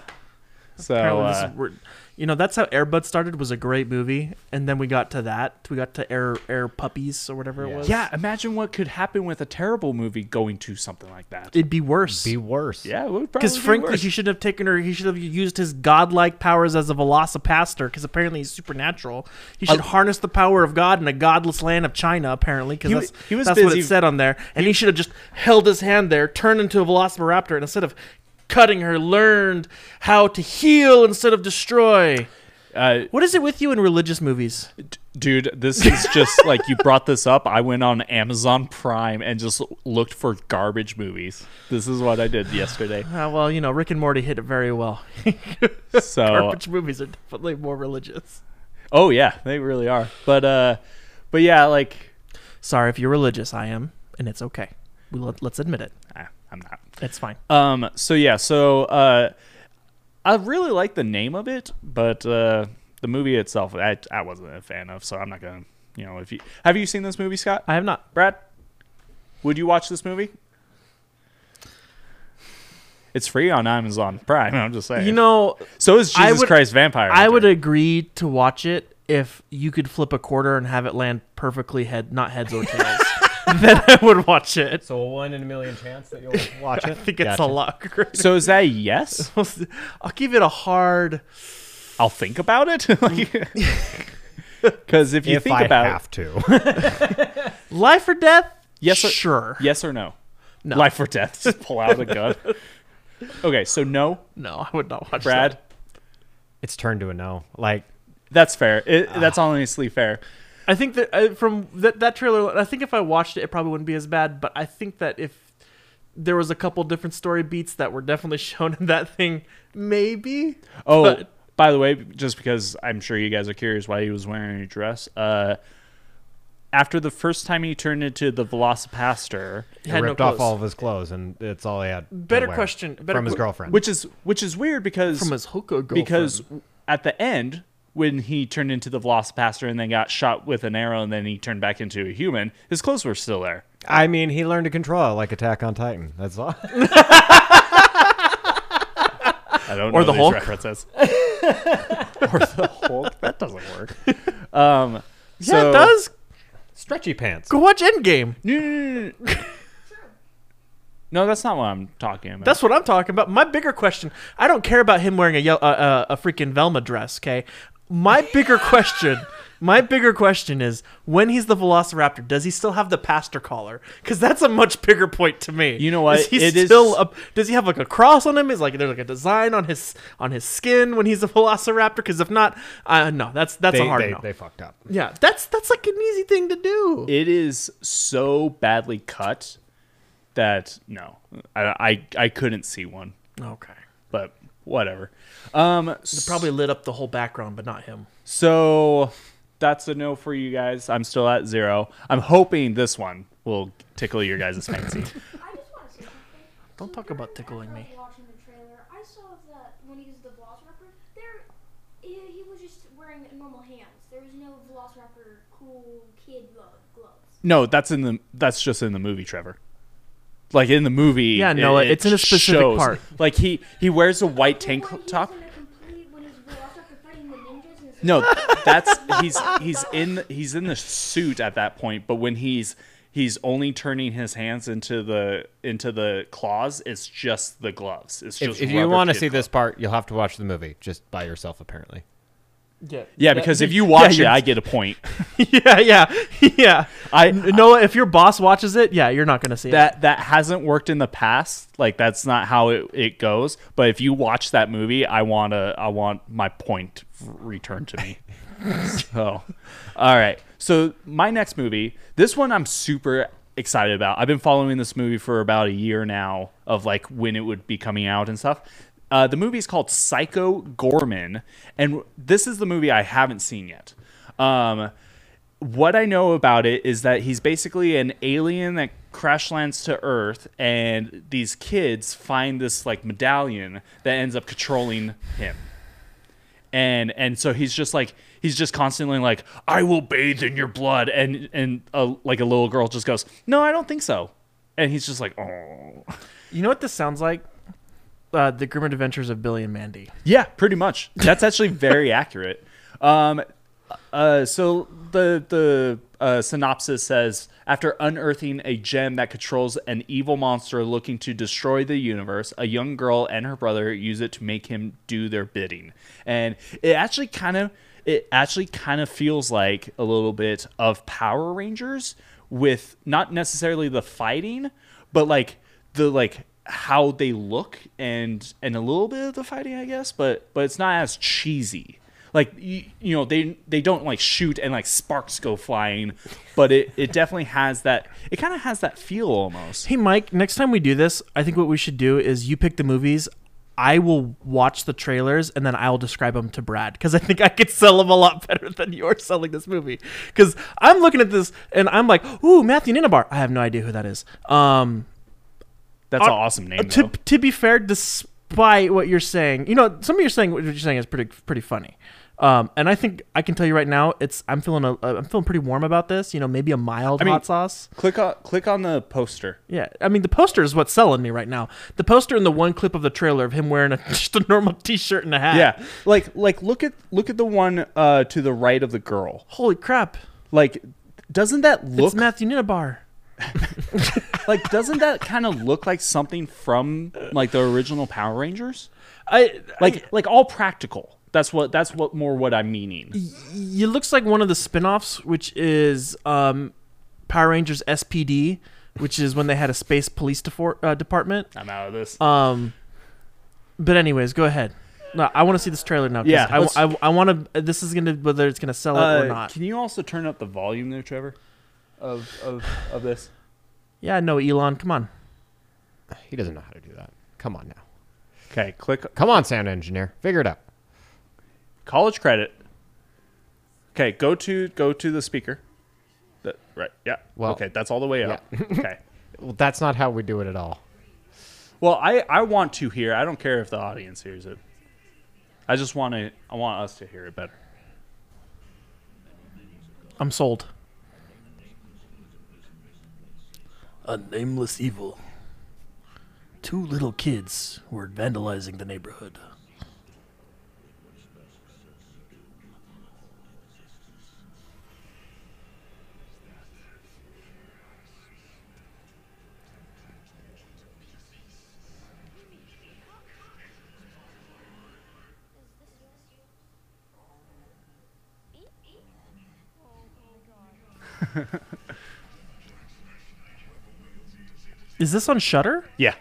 S1: so
S2: Apparently this
S1: uh,
S2: is- we're- you know, that's how Airbud started. Was a great movie, and then we got to that. We got to Air Air Puppies or whatever it
S3: Yeah.
S2: was.
S1: yeah imagine what could happen with a terrible movie going to something like that
S2: it'd be worse.
S3: Be worse.
S1: yeah it would probably
S2: because
S1: be
S2: frankly,
S1: worse.
S2: he should have taken her. He should have used his godlike powers as a velocipaster. Because apparently he's supernatural. He
S1: Uh,
S2: should harness the power of God in a godless land of China. Apparently, because
S1: He
S2: that's,
S1: wa- he was
S2: that's what
S1: busy-
S2: it said on there. And he, should have just held his hand there, turned into a velociraptor, and instead of cutting her, learned how to heal instead of destroy.
S1: uh,
S2: What is it with you in religious movies?
S1: D- Dude, this is just like you brought this up. I went on Amazon Prime and just looked for garbage movies. This is what I did yesterday.
S2: Uh, well, you know, Rick and Morty hit it very well.
S1: Uh, So,
S2: Garbage movies are definitely more religious.
S1: oh yeah, they really are. But uh but yeah, like
S2: Sorry if you're religious, I am, and it's okay. We let, let's admit it.
S1: ah, I'm not.
S2: It's fine.
S1: Um so yeah, so uh I really like the name of it, but uh the movie itself I I wasn't a fan of, so I'm not going to, you know, if you Have you seen this movie, Scott?
S2: I have not.
S1: Brad, would you watch this movie? It's free on Amazon Prime. I'm just saying.
S2: You know,
S1: so is
S2: I
S1: Jesus
S2: would-
S1: Christ Vampire.
S2: I would
S1: Hunter.
S2: agree to watch it if you could flip a quarter and have it land perfectly head, not heads or tails. then I would watch it.
S3: So a one in a million chance that you'll watch it.
S2: I think it's a lot greater.
S1: So is that a yes?
S2: I'll give it a hard.
S1: I'll think about it. Because if you
S3: if
S1: think
S3: I
S1: about
S3: have to.
S2: Life or death?
S1: Yes or-
S2: Sure.
S1: yes or no,
S2: No.
S1: Life or death. Just pull out a gun. Okay, so no,
S2: No, I would not watch
S1: Brad.
S2: that.
S3: It's turned to a no. Like
S1: That's fair. It,
S2: Ah.
S1: that's honestly fair.
S2: I think that I, from that that trailer, I think if I watched it, it probably wouldn't be as bad. But I think that if there was a couple different story beats that were definitely shown in that thing, maybe.
S1: Oh,
S2: But-
S1: by the way, just because I'm sure you guys are curious why he was wearing a dress. Uh, after the first time he turned into the Velocipaster,
S2: He
S3: he
S2: had no
S3: ripped off
S2: clothes.
S3: all of his clothes, and it's all he had. to
S2: Better
S3: wear
S2: question- better
S3: from his
S2: que-
S3: girlfriend.
S1: which is which is weird because
S4: from his hooker girlfriend.
S1: because at the end when he turned into the Velocipaster and then got shot with an arrow and then he turned back into a human, his clothes were still there.
S3: I mean, he learned to control it like Attack on Titan. That's all.
S1: I don't
S2: Or
S1: know
S2: the
S1: these
S2: Hulk.
S1: references. or the Hulk. That doesn't work. Um,
S2: yeah,
S1: so-
S2: it does.
S3: Stretchy pants.
S2: Go watch Endgame.
S1: No, no, no, no. No, that's not what I'm talking about.
S2: That's what I'm talking about. My bigger question. I don't care about him wearing a yellow, uh, uh, a freaking Velma dress. Okay. My bigger question. My bigger question is when he's the Velociraptor, does he still have the pastor collar? Because that's a much bigger point to me.
S1: You know what?
S2: Is he
S1: It is-
S2: still a, does he have like a cross on him? Is like there's like a design on his on his skin when he's a Velociraptor? Because if not, uh, no, that's that's
S3: They,
S2: a hard
S3: they,
S2: no.
S3: they fucked up.
S2: yeah, that's that's like an easy thing to do.
S1: it is so badly cut that no, I, I I couldn't see one.
S2: okay.
S1: But whatever. Um,
S2: Probably lit up the whole background, but not him.
S1: so that's a no for you guys. I'm still at zero. I'm hoping this one will tickle your guys' fancy.
S5: I just want to say something.
S2: Don't talk about tickling me.
S5: Watching the trailer, I saw that when he was the Velociraptor, there, he, he was just wearing normal hands. There was no Velociraptor cool kid glo- gloves.
S1: No, that's in the that's just in the movie, Trevor. Like in the movie,
S2: Yeah, no, it's in a specific
S1: shows.
S2: part.
S1: Like he he wears a white
S5: The
S1: tank
S5: one he was
S1: top.
S5: in a complete- when he's Velociraptor fighting the ninjas and it's
S1: No,
S5: like,
S1: that's he's he's in he's in the suit at that point, but when he's he's only turning his hands into the into the claws, it's just the gloves. It's just
S3: If, if you
S1: want to
S3: see this part, you'll have to watch the movie just by yourself, apparently.
S2: Yeah.
S1: Yeah, because if you watch
S2: you're-
S1: it, I get a point.
S2: yeah, yeah, yeah.
S1: I-
S2: I Noah, if your boss watches it, yeah, you're not gonna see
S1: That that hasn't worked in the past. Like that's not how it, it goes. But if you watch that movie, I want to I want my point returned to me. so, Oh. all right. So my next movie, this one I'm super excited about. I've been following this movie for about a year now of like when it would be coming out and stuff. Uh, the movie is called Psycho Gorman, and this is the movie I haven't seen yet. Um, what I know about it is that he's basically an alien that crash lands to Earth, and these kids find this like medallion that ends up controlling him. And and so he's just like he's just constantly like I will bathe in your blood, and and uh, like a little girl just goes, no, I don't think so, and he's just like, oh,
S2: it. You know what this sounds like? Uh, the Grim Adventures of Billy and Mandy.
S1: Yeah, pretty much. That's actually very accurate. Um, uh, so the the uh, synopsis says after unearthing a gem that controls an evil monster looking to destroy the universe, a young girl and her brother use it to make him do their bidding, and it actually kind of it actually kind of feels like a little bit of Power Rangers with not necessarily the fighting, but like the like how they look and and a little bit of the fighting i guess but but it's not as cheesy like you, you know they they don't like shoot and like sparks go flying but it it definitely has that it kind of has that feel almost
S2: Hey, Mike. Next time we do this, I think what we should do is you pick the movies. I will watch the trailers and then I'll describe them to Brad because I think I could sell them a lot better than you're selling this movie. Because I'm looking at this and I'm like, ooh, Matthew Ninabar. I have no idea who that is. Um,
S1: that's an
S2: uh,
S1: awesome name
S2: to,
S1: though.
S2: to be fair, despite what you're saying, you know, some of you're saying what you're saying is pretty pretty funny. Um, and I think I can tell you right now, it's I'm feeling a, uh, I'm feeling pretty warm about this. You know, maybe a mild
S1: I mean-
S2: hot sauce.
S1: click on click on the poster
S2: Yeah, I mean the poster is what's selling me right now. The poster and the one clip of the trailer of him wearing a, just a normal t-shirt and a hat.
S1: yeah like like look at look at the one uh to the right of the girl
S2: Holy crap!
S1: like doesn't that look
S2: It's Matthew Ninabar.
S1: like doesn't that kind of look like something from like the original power rangers
S2: I
S1: like like all practical that's what that's what more what i'm meaning
S2: it looks like one of the spin-offs which is um, Power Rangers SPD which is when they had a space police defor- uh, department.
S1: I'm Uh, out of this.
S2: Um, but anyways, go ahead. No, I want to see this trailer now. 'cause
S1: Yeah,
S2: I,
S1: let's-
S2: want to. This is gonna whether it's gonna sell it or
S1: Uh,
S2: not.
S1: Can you also turn up the volume there, Trevor? Of of of this.
S2: Yeah, no, Elon, come on.
S3: He doesn't know how to do that. Come on now.
S1: Okay, click
S3: Come on, sound engineer. Figure it out.
S1: college credit. Okay, go to go to the speaker. The- right. Yeah.
S3: Well,
S1: okay, that's all the way up. okay.
S3: Well, that's not how we do it at all.
S1: Well, I I want to hear. I don't care if the audience hears it. I just want to. I want us to hear it better.
S2: I'm sold.
S6: a nameless evil. Two little kids were vandalizing the neighborhood.
S2: Is this on Shutter?
S1: Yeah.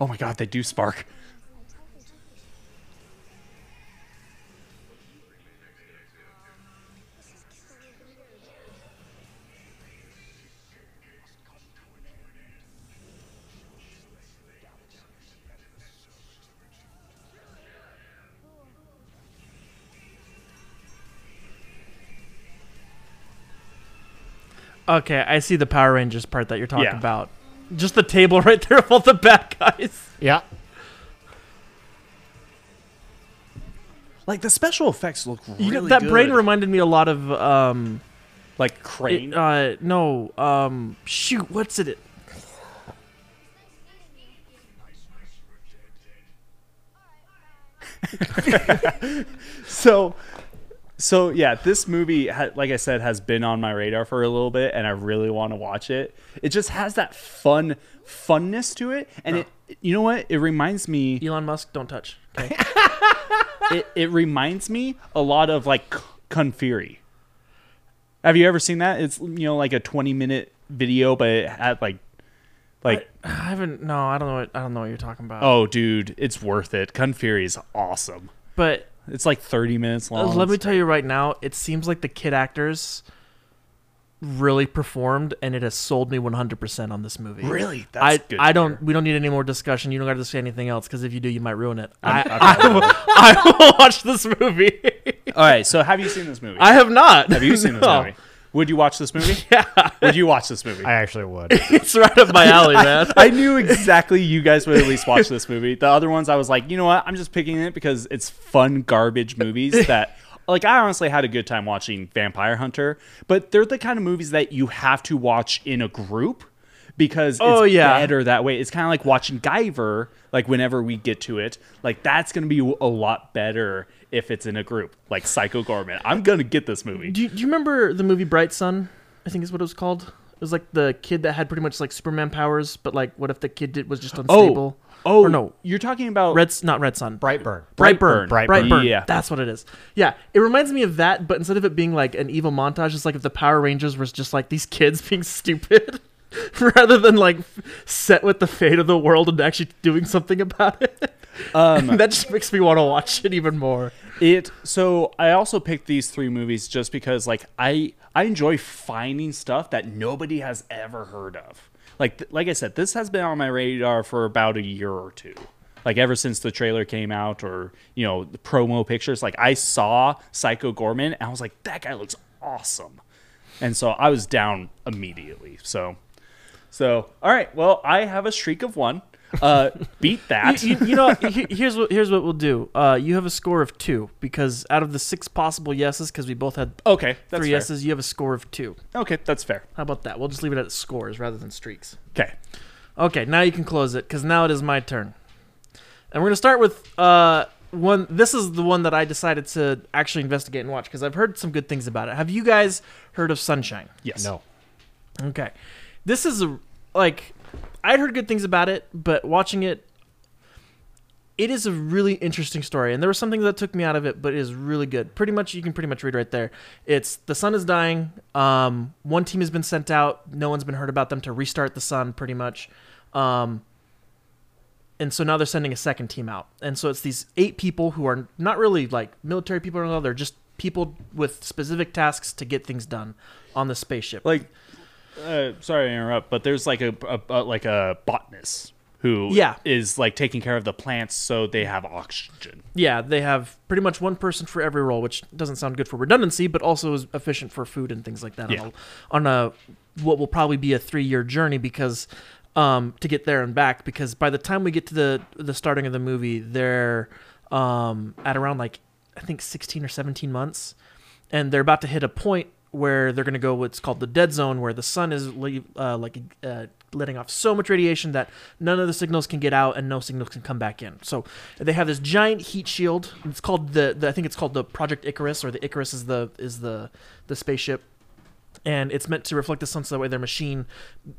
S1: oh my god, they do spark.
S2: Okay, I see the Power Rangers part that you're talking
S1: Yeah.
S2: about. Just the table right there of all the bad guys.
S3: Yeah.
S1: Like the special effects look really
S2: You know, that brain
S1: good.
S2: reminded me a lot of um,
S1: like
S2: it-
S1: crane.
S2: uh, no, um, shoot, what's it?
S1: so so yeah this movie ha- like i said has been on my radar for a little bit and i really want to watch it it just has that fun funness to it and it you know what it reminds me
S2: Elon Musk, don't touch. Okay.
S1: it, it reminds me a lot of like C- Conferi. have you ever seen that it's you know like a 20 minute video but it had like like
S2: I haven't. No, I don't know. What, I don't know what you're talking about.
S1: oh dude it's worth it Conferi is awesome
S2: but
S1: it's like 30 minutes
S2: Uh,
S1: long
S2: Let me tell you right now, it seems like the kid actors really performed, and it has sold me 100% on this movie.
S1: really that's
S2: I,
S1: good
S2: I
S1: to
S2: don't.
S1: hear.
S2: We don't need any more discussion. You don't got to say anything else because if you do, you might ruin it. I,
S1: I'm-
S2: I, will, I will watch this movie.
S1: all right so have you seen this movie
S2: I have not.
S1: Have you seen this
S2: No.
S1: movie? Would you watch this movie? yeah. Would you watch this movie?
S3: I actually would.
S2: It's right up my alley, man.
S1: I knew exactly you guys would at least watch this movie. The other ones, I was like, you know what? I'm just picking it because it's fun garbage movies that, like, I honestly had a good time watching Vampire Hunter, but they're the kind of movies that you have to watch in a group because
S2: Oh,
S1: it's
S2: yeah.
S1: better that way. It's kind of like watching Guyver, like, whenever we get to it, like, that's going to be a lot better if it's in a group, like Psycho Gorman. I'm going to get this movie.
S2: do, you, do you remember the movie Bright Sun? I think is what it was called. It was like the kid that had pretty much like Superman powers, but like, what if the kid did, was just unstable?
S1: Oh,
S2: Or no,
S1: You're talking about
S2: Red, S- not Red Sun.
S3: Brightburn.
S2: Brightburn.
S3: Brightburn.
S2: Brightburn.
S1: Brightburn. Yeah.
S2: That's what it is. Yeah. It reminds me of that, but instead of it being like an evil montage, it's like if the Power Rangers was just like these kids being stupid rather than like f- set with the fate of the world and actually doing something about it.
S1: Um,
S2: that just makes me want to watch it even more.
S1: it so i also picked these three movies just because like i i enjoy finding stuff that nobody has ever heard of like th- like i said this has been on my radar for about a year or two like ever since the trailer came out or you know the promo pictures like i saw psycho gorman and i was like that guy looks awesome and so i was down immediately so so all right well i have a streak of one uh beat that
S2: You, you know, he- here's what here's what we'll do. Uh, you have a score of two because out of the six possible yeses, because we both had
S1: okay that's
S2: three
S1: fair.
S2: yeses, you have a score of two.
S1: okay that's fair
S2: How about that? We'll just leave it at scores rather than streaks.
S1: okay
S2: Okay, now you can close it because now it is my turn, and we're gonna start with uh, one this is the one that I decided to actually investigate and watch because I've heard some good things about it. Have you guys heard of Sunshine?
S1: Yes.
S3: No.
S2: Okay. This is a like I'd heard good things about it, but watching it it is a really interesting story and there was something that took me out of it, but it is really good. Pretty much you can pretty much read right there. It's the sun is dying. Um one team has been sent out, no one's been heard about them to restart the sun pretty much. Um and so now they're sending a second team out. And so it's these eight people who are not really like military people or all, they're just people with specific tasks to get things done on the spaceship.
S1: Like, uh, sorry to interrupt, but there's like a, a, a like a botanist who
S2: Yeah.
S1: is like taking care of the plants so they have oxygen.
S2: yeah, they have pretty much one person for every role, which doesn't sound good for redundancy, but also is efficient for food and things like that
S1: Yeah.
S2: on, a, on a what will probably be a three year journey because um, to get there and back. Because by the time we get to the the starting of the movie, they're um, at around like I think sixteen or seventeen months, and they're about to hit a point where they're going to go what's called the dead zone, where the sun is le- uh, like uh, letting off so much radiation that none of the signals can get out and no signals can come back in. So they have this giant heat shield. It's called the, the I think it's called the Project Icarus, or the Icarus is the is the the spaceship and it's meant to reflect the sun so that way their machine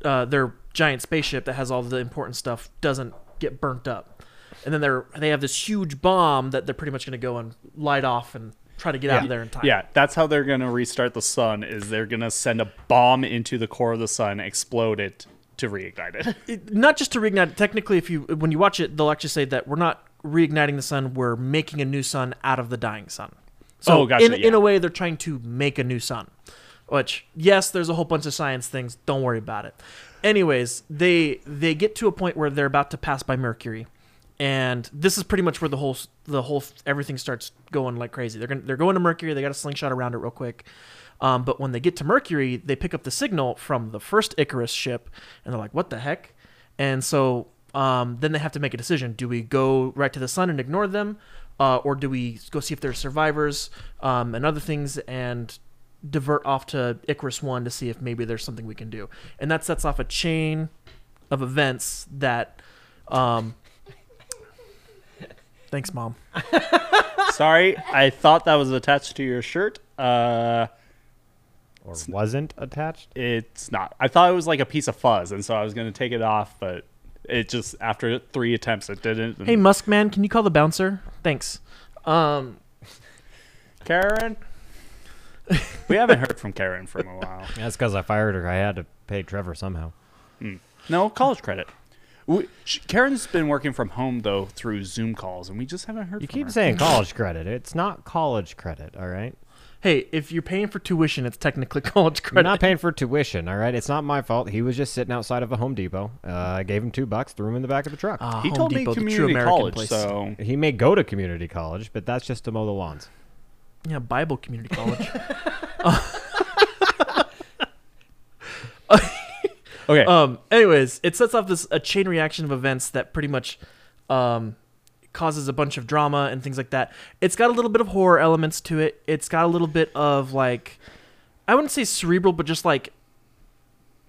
S2: uh, their giant spaceship that has all the important stuff doesn't get burnt up and then they're they have this huge bomb that they're pretty much going to go and light off and try to get out of there in time
S1: Yeah, that's how they're gonna restart the sun. Is they're gonna send a bomb into the core of the sun, explode it to reignite it.
S2: it- not just to reignite. it, Technically, if you when you watch it, they'll actually say that we're not reigniting the sun; we're making a new sun out of the dying sun. So
S1: Oh, gotcha,
S2: in in
S1: yeah.
S2: a way, they're trying to make a new sun. Which yes, there's a whole bunch of science things. Don't worry about it. Anyways, they they get to a point where they're about to pass by Mercury, and this is pretty much where the whole s- the whole f- everything starts going like crazy. They're gonna, they're going to Mercury. They got a slingshot around it real quick. Um, but when they get to Mercury, they pick up the signal from the first Icarus ship, and they're like, "What the heck?" And so um, then they have to make a decision: do we go right to the sun and ignore them, uh, or do we go see if there's survivors um, and other things and divert off to Icarus One to see if maybe there's something we can do? And that sets off a chain of events that. Um, thanks, mom.
S1: Sorry, I thought that was attached to your shirt. Uh,
S3: Or wasn't attached?
S1: it's not. I thought it was like a piece of fuzz, and so I was gonna take it off, but it just after three attempts, it didn't. and-
S2: Hey, Muskman, can you call the bouncer? Thanks. Um,
S1: Karen. we haven't heard from Karen for a while.
S3: That's because I fired her. I had to pay Trevor somehow.
S1: No college credit. We, sh Karen's been working from home though through Zoom calls, and we just haven't heard.
S3: You
S1: from
S3: keep
S1: her.
S3: saying college credit. It's not college credit, all right?
S2: Hey, if you're paying for tuition, it's technically college
S3: I'm
S2: credit.
S3: not paying for tuition, all right? It's not my fault. He was just sitting outside of a Home Depot. Uh, I gave him two bucks, threw him in the back of the truck.
S2: Ah,
S1: He
S2: Home
S1: told
S2: Depot,
S1: me
S2: the true
S1: community
S2: American
S1: college,
S2: place.
S1: so
S3: he may go to community college, but that's just to mow the lawns.
S2: Yeah, Bible community college.
S1: okay.
S2: um, anyways, it sets off this a chain reaction of events that pretty much um, causes a bunch of drama and things like that. It's got a little bit of horror elements to it. It's got a little bit of like, I wouldn't say cerebral, but just like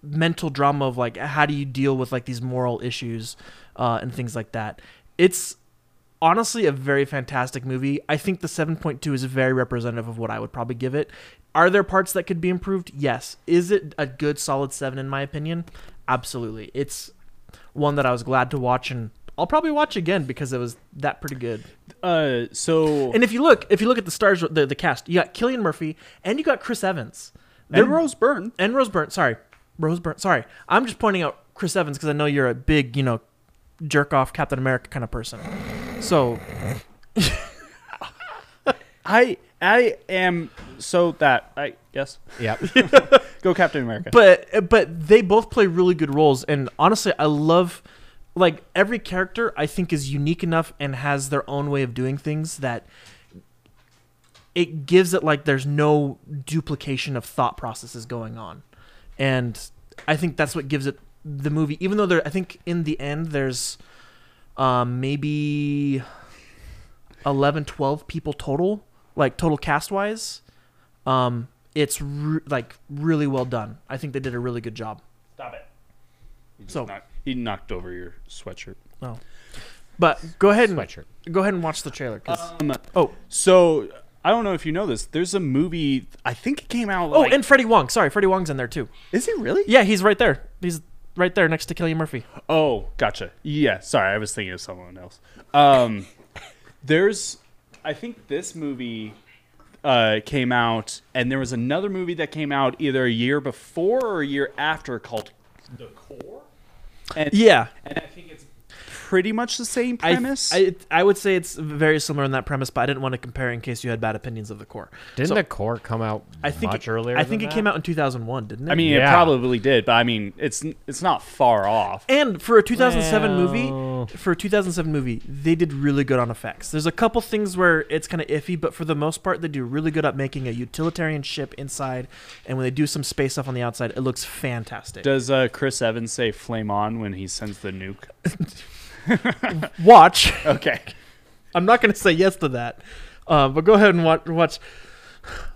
S2: mental drama of like how do you deal with like these moral issues uh, and things like that. It's honestly a very fantastic movie. I think the 7.2 is very representative of what I would probably give it. Are there parts that could be improved? Yes. Is it a good solid 7 in my opinion? Absolutely. It's one that I was glad to watch and I'll probably watch again because it was that pretty good.
S1: uh, so
S2: And if you look, if you look at the stars the, the cast, you got Killian Murphy and you got Chris Evans. They're-
S1: and Rose Byrne.
S2: and Rose Byrne. Sorry, Rose Byrne. Sorry, I'm just pointing out Chris Evans because I know you're a big, you know, jerk off Captain America kind of person. So
S1: I I am so that I yes
S3: Yep.
S1: go Captain America.
S2: but but they both play really good roles and honestly i love like every character i think is unique enough and has their own way of doing things that it gives it like there's no duplication of thought processes going on and i think that's what gives it the movie even though there i think in the end there's um, maybe 11 12 people total like total cast wise um, it's re- like really well done. I think they did a really good job.
S1: Stop it.
S2: So
S1: Knock- he knocked over your sweatshirt.
S2: no, But go ahead and
S3: sweatshirt.
S2: go ahead and watch the trailer. 'cause-
S1: So I don't know if you know this. There's a movie. I think it came out.
S2: oh,
S1: like-
S2: and Freddie Wong. Sorry, Freddie Wong's in there too.
S1: is it really?
S2: Yeah, he's right there. He's right there next to Killian Murphy.
S1: Oh, gotcha. Yeah, sorry, I was thinking of someone else. Um, there's, I think this movie uh, came out, and there was another movie that came out either a year before or a year after called The Core. And,
S2: Yeah,
S1: and I think it's pretty much the same
S2: I-
S1: premise.
S2: I, it- I would say it's very similar in that premise, but I didn't want to compare in case you had bad opinions of the core.
S3: Didn't
S2: So,
S3: the core come out
S2: I think
S3: much
S2: it,
S3: earlier?
S2: I think
S3: than
S2: it came
S3: that?
S2: out in 2001, didn't it?
S1: I mean, it
S3: Yeah.
S1: probably did, but I mean, it's it's not far off.
S2: and for a 2007
S3: Well-
S2: movie, for a 2007 movie, they did really good on effects. There's a couple things where it's kind of iffy, but for the most part, they do really good at making a utilitarian ship inside, and when they do some space stuff on the outside, it looks fantastic.
S1: Does uh, Chris Evans say "flame on" when he sends the nuke?
S2: Watch.
S1: Okay.
S2: I'm not going to say yes to that, uh, but go ahead and watch. watch.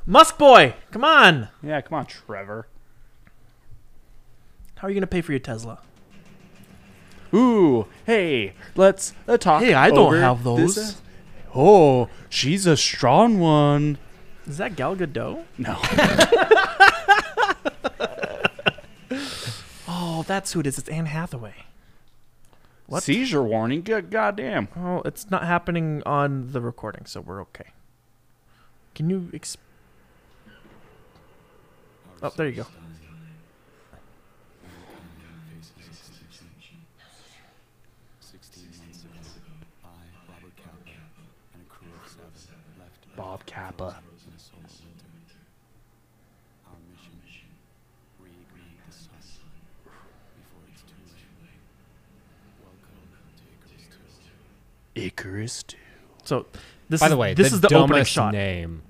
S2: Musk Boy, come on.
S1: Yeah, come on, Trevor.
S2: How are you going to pay for your Tesla?
S1: Ooh, hey, let's uh, talk.
S2: Hey, I don't
S1: over
S2: have
S1: this-
S2: those.
S1: oh, she's a strong one.
S2: Is that Gal Gadot?
S1: No,
S2: Oh, that's who it is. It's Anne Hathaway. What?
S1: seizure warning. Good goddamn.
S2: Oh, it's not happening on the recording, so we're okay. Can you exp- Oh, there you go.
S1: Bob Kappa. Icarus. too.
S2: So this
S3: By
S2: is
S3: the way,
S2: this
S3: the
S2: is the
S3: dumbest
S2: opening shot.
S3: name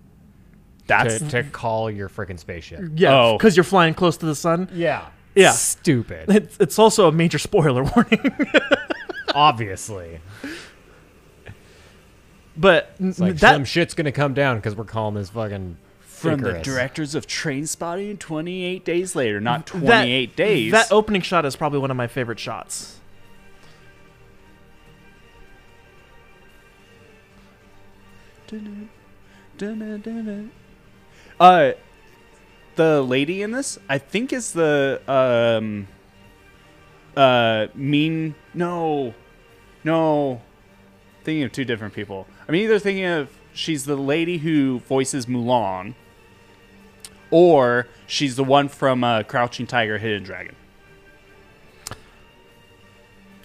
S1: That's
S3: to, to call your freaking spaceship.
S2: Yeah,
S1: Oh.
S2: because you're flying close to the sun.
S3: Yeah.
S2: Yeah.
S3: Stupid.
S2: It's, it's also a major spoiler warning,
S3: Obviously.
S2: but
S3: It's like
S2: that
S3: some shit's gonna come down because we're calling this fucking
S1: from the
S3: Icarus.
S1: directors of Train Spotting. Twenty eight days later, not
S2: that-
S1: twenty eight days.
S2: That opening shot is probably one of my favorite shots.
S1: Uh, the lady in this, I think, is the um, uh, mean. No, no. Thinking of two different people. I'm either thinking of she's the lady who voices Mulan, or she's the one from uh, Crouching Tiger, Hidden Dragon.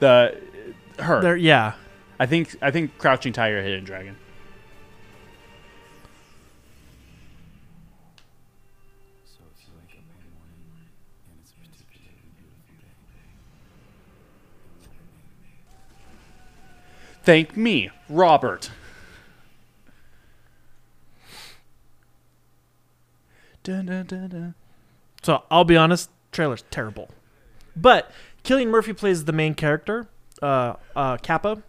S1: The her.
S2: There, yeah.
S1: I think I think Crouching Tiger, Hidden Dragon.
S7: So if you wake up one morning and it's a particularly beautiful day,
S1: Thank me, Robert. Dun, dun, dun, dun.
S2: So I'll be honest, trailer's terrible. But Killian Murphy plays the main character, uh, uh, Kappa,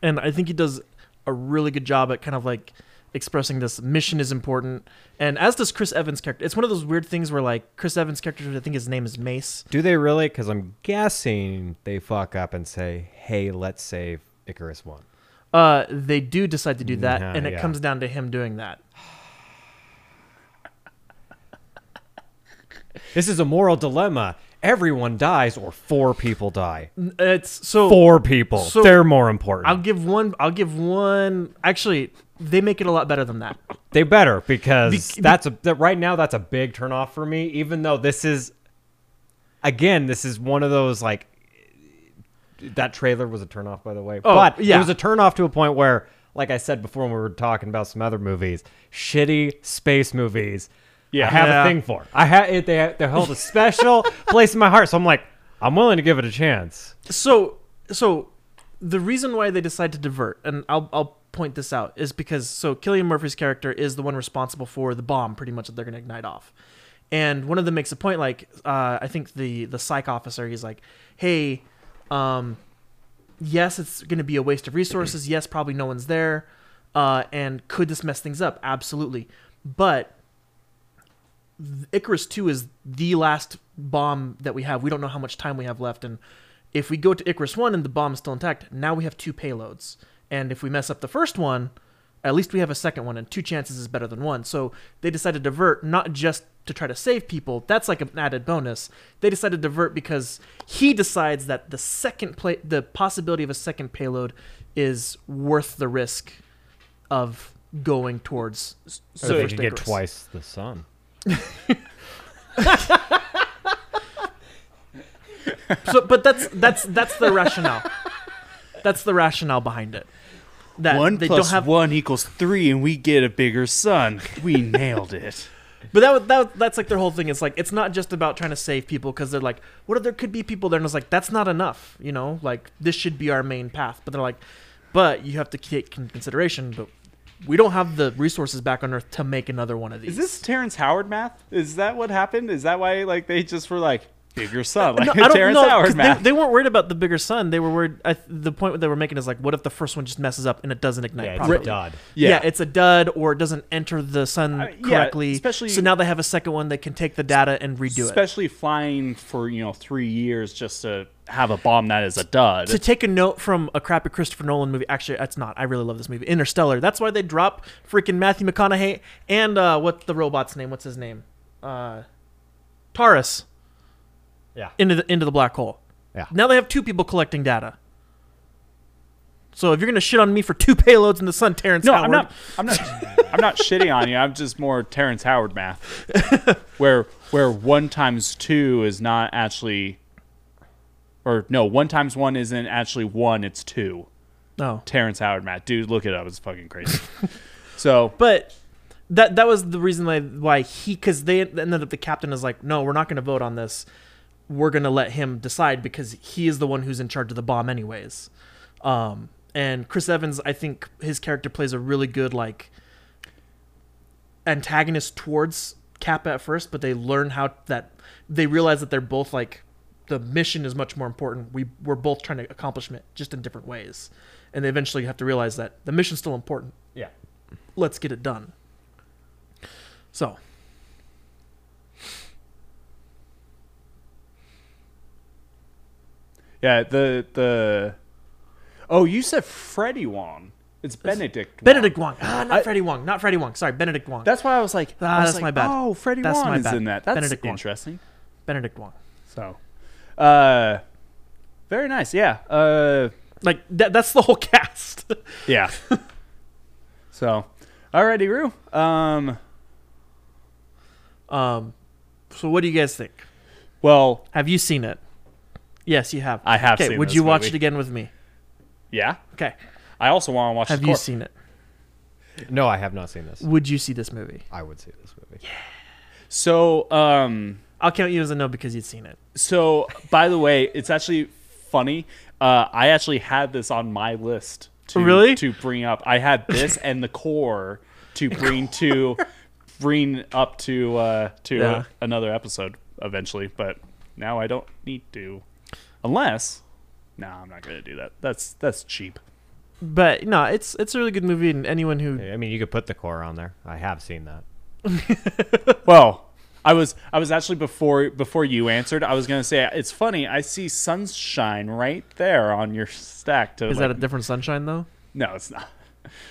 S2: and I think he does a really good job at kind of like expressing this mission is important. And as does Chris Evans' character. It's one of those weird things where like Chris Evans' character, I think his name is Mace.
S3: Do they really? Because I'm guessing they fuck up and say, "Hey, let's save Icarus One."
S2: Uh, they do decide to do that,
S3: Yeah,
S2: and it
S3: yeah.
S2: comes down to him doing that.
S3: This is a moral dilemma. Everyone dies, or four people die.
S2: N- It's so
S3: Four people.
S2: so-
S3: They're more important.
S2: I'll give one. I'll give one. Actually, they make it a lot better than that.
S3: they better because
S2: Bec-
S3: that's a that right now. That's a big turnoff for me. Even though this is, again, this is one of those like that trailer was a turnoff. By the way,
S2: Oh,
S3: but
S2: yeah.
S3: it was a turnoff to a point where, like I said before, when we were talking about some other movies, shitty space movies.
S1: Yeah.
S3: I have
S2: Yeah.
S3: a thing for. I had it. They they held a special place in my heart, so I'm like, I'm willing to give it a chance.
S2: So, so the reason why they decide to divert, and I'll I'll point this out, is because so Killian Murphy's character is the one responsible for the bomb, pretty much that they're gonna ignite off. And one of them makes a point, like uh, I think the the psych officer, he's like, "Hey, um, yes, it's gonna be a waste of resources. Yes, probably no one's there, uh, and could this mess things up? Absolutely, but." Icarus 2 is the last bomb that we have. We don't know how much time we have left and If we go to Icarus 1 and the bomb's still intact, now we have two payloads. And if we mess up the first one, at least we have a second one, and two chances is better than one. So they decided to divert not just to try to save people, that's like an added bonus. They decided to divert because he decides that the second play, the possibility of a second payload is worth the risk of going towards
S3: So
S1: So
S3: they
S2: first
S3: could get
S2: Icarus.
S3: twice the sun.
S2: so but that's that's that's the rationale that's the rationale behind it that
S1: one
S2: they
S1: plus
S2: don't have
S1: one equals three, and we get a bigger sun. We nailed it.
S2: but that, wa- that wa- that's like their whole thing it's like it's not just about trying to save people because they're like what if there could be people there and it's like that's not enough you know like this should be our main path but they're like but you have to take in consideration but we don't have the resources back on earth to make another one of these
S1: Is this Terrence Howard math? Is that what happened? Is that why like they just were like bigger sun, like
S2: No, I don't
S1: Terrence
S2: know, 'cause
S1: Howard
S2: they,
S1: math?
S2: they weren't worried about the bigger sun. They were worried. I, the point they were making is like, what if the first one just messes up and it doesn't ignite
S3: Yeah,
S2: properly?
S3: it's dud.
S1: Yeah.
S2: yeah. it's a dud or it doesn't enter the sun
S1: I- yeah,
S2: correctly.
S1: especially-
S2: so now they have a second one that can take the data and redo it.
S1: Especially flying for you know three years just to have a bomb that is a dud.
S2: To take a note from a crappy Christopher Nolan movie, actually, that's not. I really love this movie, Interstellar. That's why they drop freaking Matthew McConaughey and uh, what's the robot's name? What's his name? Uh, Taurus
S3: Yeah.
S2: into the into the black hole.
S3: Yeah.
S2: Now they have two people collecting data. So if you're gonna shit on me for two payloads in the sun, Terrence
S1: no,
S2: Howard,
S1: I'm not. I'm not. I'm not shitting on you. I'm just more Terrence Howard math, where where one times two is not actually, or no, one times one isn't actually one. It's two.
S2: No,
S1: Terrence Howard math, dude, look it up. It's fucking crazy. so
S2: but that that was the reason why, why he because they ended up the captain is like, no, we're not gonna vote on this. We're gonna let him decide because he is the one who's in charge of the bomb, anyways. Um, and Chris Evans, I think his character plays a really good like antagonist towards Kappa at first, but they learn how that they realize that they're both like the mission is much more important. We we're both trying to accomplish it just in different ways, and they eventually have to realize that the mission's still important
S3: Yeah.
S2: let's get it done. So,
S1: yeah, the the. Oh, you said Freddie Wong. It's Benedict. Wong.
S2: Benedict Wong. Ah, not Freddie Wong. Not Freddie Wong. Sorry, Benedict Wong.
S1: That's why I was like,
S2: Ah,
S1: I was
S2: that's
S1: like,
S2: my bad.
S1: Oh, Freddie
S2: That's
S1: Wong
S2: my
S1: is
S2: bad.
S1: in that. That's
S2: Benedict Wong.
S1: interesting.
S2: Benedict Wong.
S1: So, uh, very nice. Yeah. Uh,
S2: Like that, that's the whole cast.
S1: yeah. so, alrighty, Rue. Um,
S2: um, so what do you guys think?
S1: well,
S2: Have you seen it? Yes, you have.
S1: I have
S2: Okay,
S1: seen
S2: would
S1: this
S2: you watch
S1: movie.
S2: it again with me?
S1: yeah.
S2: Okay.
S1: I also want to watch.
S2: Have
S1: the
S2: you
S1: corp-
S2: seen it?
S3: No, I have not seen this.
S2: Would you see this movie?
S3: I would see this movie.
S1: So, um,
S2: I'll count you as a no because you'd seen it.
S1: so by the way, it's actually funny. Uh, I actually had this on my list to
S2: Really?
S1: to bring up. I had this and the core to bring to bring up to uh, to
S2: Yeah.
S1: another episode eventually, but now I don't need to, unless. No, I'm not gonna do that. That's that's cheap.
S2: But no, it's it's a really good movie, and anyone who
S3: I mean, you could put the core on there. I have seen that.
S1: Well, I was I was actually before before you answered. I was gonna say it's funny. I see sunshine right there on your stack. To
S2: is
S1: like-
S2: that a different sunshine though?
S1: no, it's not.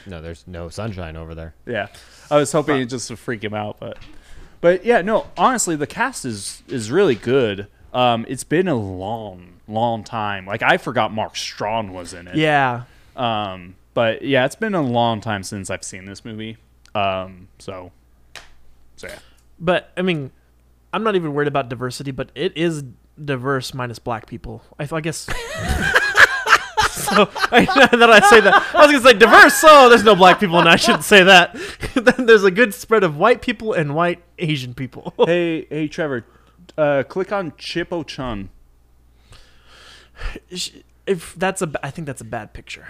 S3: No, there's no sunshine over there.
S1: Yeah, I was hoping it just to freak him out, but but yeah, no. Honestly, the cast is is really good. Um, it's been a long, long time. Like I forgot Mark Strawn was in it.
S2: Yeah.
S1: Um, but yeah, it's been a long time since I've seen this movie. Um, so so yeah.
S2: But I mean, I'm not even worried about diversity, but it is diverse minus black people. I, I guess. so I, now that I say that, I was gonna say diverse. So there's no black people, and I shouldn't say that. then there's a good spread of white people and white Asian people.
S1: Hey hey Trevor, uh, click on Chipo Chun.
S2: She- if that's a, ba- I think that's a bad picture.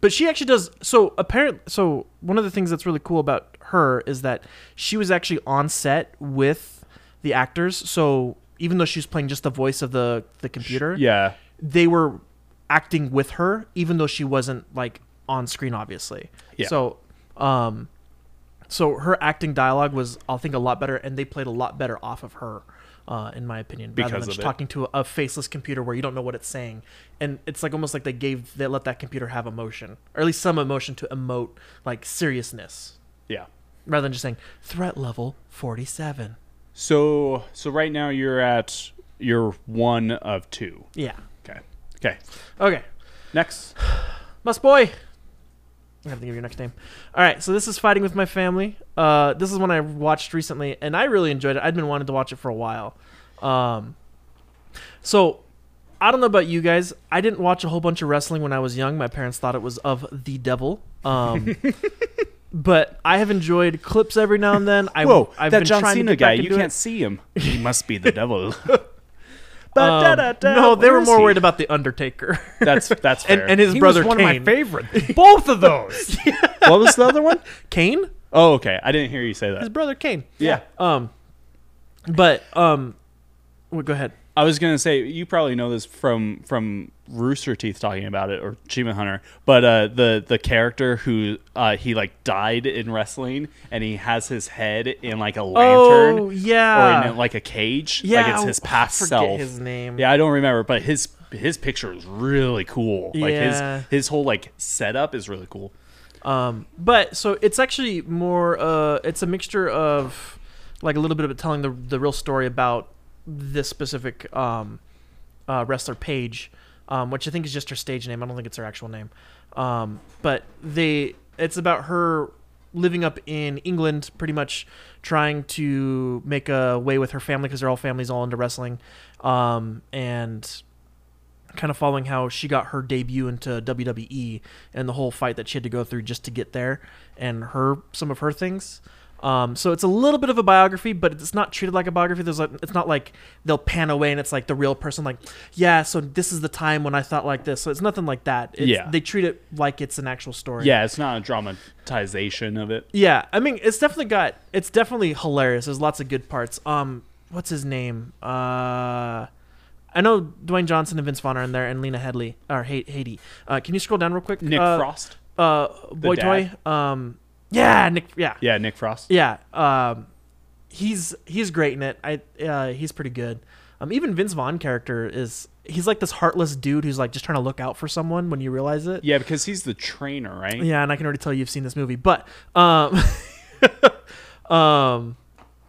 S2: But she actually does. So apparently, so one of the things that's really cool about her is that she was actually on set with the actors. So even though she was playing just the voice of the the computer,
S1: Yeah.
S2: they were acting with her even though she wasn't like on screen obviously
S1: Yeah.
S2: so um so her acting dialogue was i think a lot better and they played a lot better off of her uh, in my opinion, rather
S1: Because
S2: than
S1: of
S2: just
S1: it.
S2: talking to a, a faceless computer where you don't know what it's saying. And it's like almost like they gave they let that computer have emotion, or at least some emotion to emote like seriousness,
S1: Yeah.
S2: rather than just saying threat level forty seven.
S1: So so right now you're at you're one of two.
S2: Yeah.
S1: Okay. Okay.
S2: Okay.
S1: Next.
S2: Must boy. I have to give your next name. All right, so this is fighting with my family. Uh, this is one I watched recently, and I really enjoyed it. I'd been wanting to watch it for a while. Um, so I don't know about you guys. I didn't watch a whole bunch of wrestling when I was young. My parents thought it was of the devil. Um, but I have enjoyed clips every now and then. I,
S1: Whoa,
S2: I've
S1: that
S2: been
S1: John
S2: trying to
S1: Cena
S2: get back
S1: guy. You
S2: into
S1: can't
S2: It.
S1: see him. He must be the devil.
S2: Um,
S1: Ba-da-da-da,
S2: no, they
S1: where
S2: were
S1: is
S2: more
S1: he?
S2: worried about the Undertaker
S1: That's that's
S2: and,
S1: fair.
S2: and his
S3: He
S2: brother
S3: was one
S2: Kane.
S3: of my favorite. Both of those.
S1: what was the other one?
S2: Kane,
S1: Oh, okay. I didn't hear you say
S2: his
S1: that.
S2: brother Kane.
S1: Yeah.
S2: Um, but um, well, go ahead.
S1: I was gonna say you probably know this from from Rooster Teeth talking about it or Achievement Hunter, but uh, the the character who uh, he like died in wrestling and he has his head in like a lantern
S2: Oh
S1: or
S2: yeah,
S1: in like a cage,
S2: yeah.
S1: like it's his
S2: I
S1: past
S2: forget
S1: self.
S2: His name.
S1: Yeah, I don't remember, but his his picture is really cool. Like
S2: Yeah.
S1: his his whole like setup is really cool.
S2: Um, but so it's actually more. Uh, it's a mixture of like a little bit of it telling the the real story about this specific um, uh, wrestler Paige, um, which I think is just her stage name. I don't think it's her actual name. Um, but they, it's about her living up in England, pretty much trying to make a way with her family because they're all families all into wrestling, um, and kind of following how she got her debut into WWE and the whole fight that she had to go through just to get there, and her some of her things. Um, so it's a little bit of a biography, but it's not treated like a biography. There's like, it's not like they'll pan away and it's like the real person, like, yeah. So this is the time when I thought like this. So it's nothing like that. It's,
S1: Yeah.
S2: they treat it like it's an actual story.
S1: Yeah, it's not a dramatization of it.
S2: Yeah, I mean, it's definitely got it's definitely hilarious. There's lots of good parts. Um, what's his name? Uh, I know Dwayne Johnson and Vince Vaughn are in there, and Lena Headley or Hay- Haiti. Uh, can you scroll down real quick?
S1: Nick
S2: uh,
S1: Frost.
S2: Uh, boy toy.
S1: dad.
S2: Um, yeah, Nick. Yeah,
S1: Yeah, Nick Frost.
S2: yeah. Um, he's he's great in it. I uh, he's pretty good. Um, even Vince Vaughn character is he's like this heartless dude who's like just trying to look out for someone when you realize it.
S1: Yeah, because he's the trainer, right?
S2: Yeah, and I can already tell you've seen this movie, but um, um,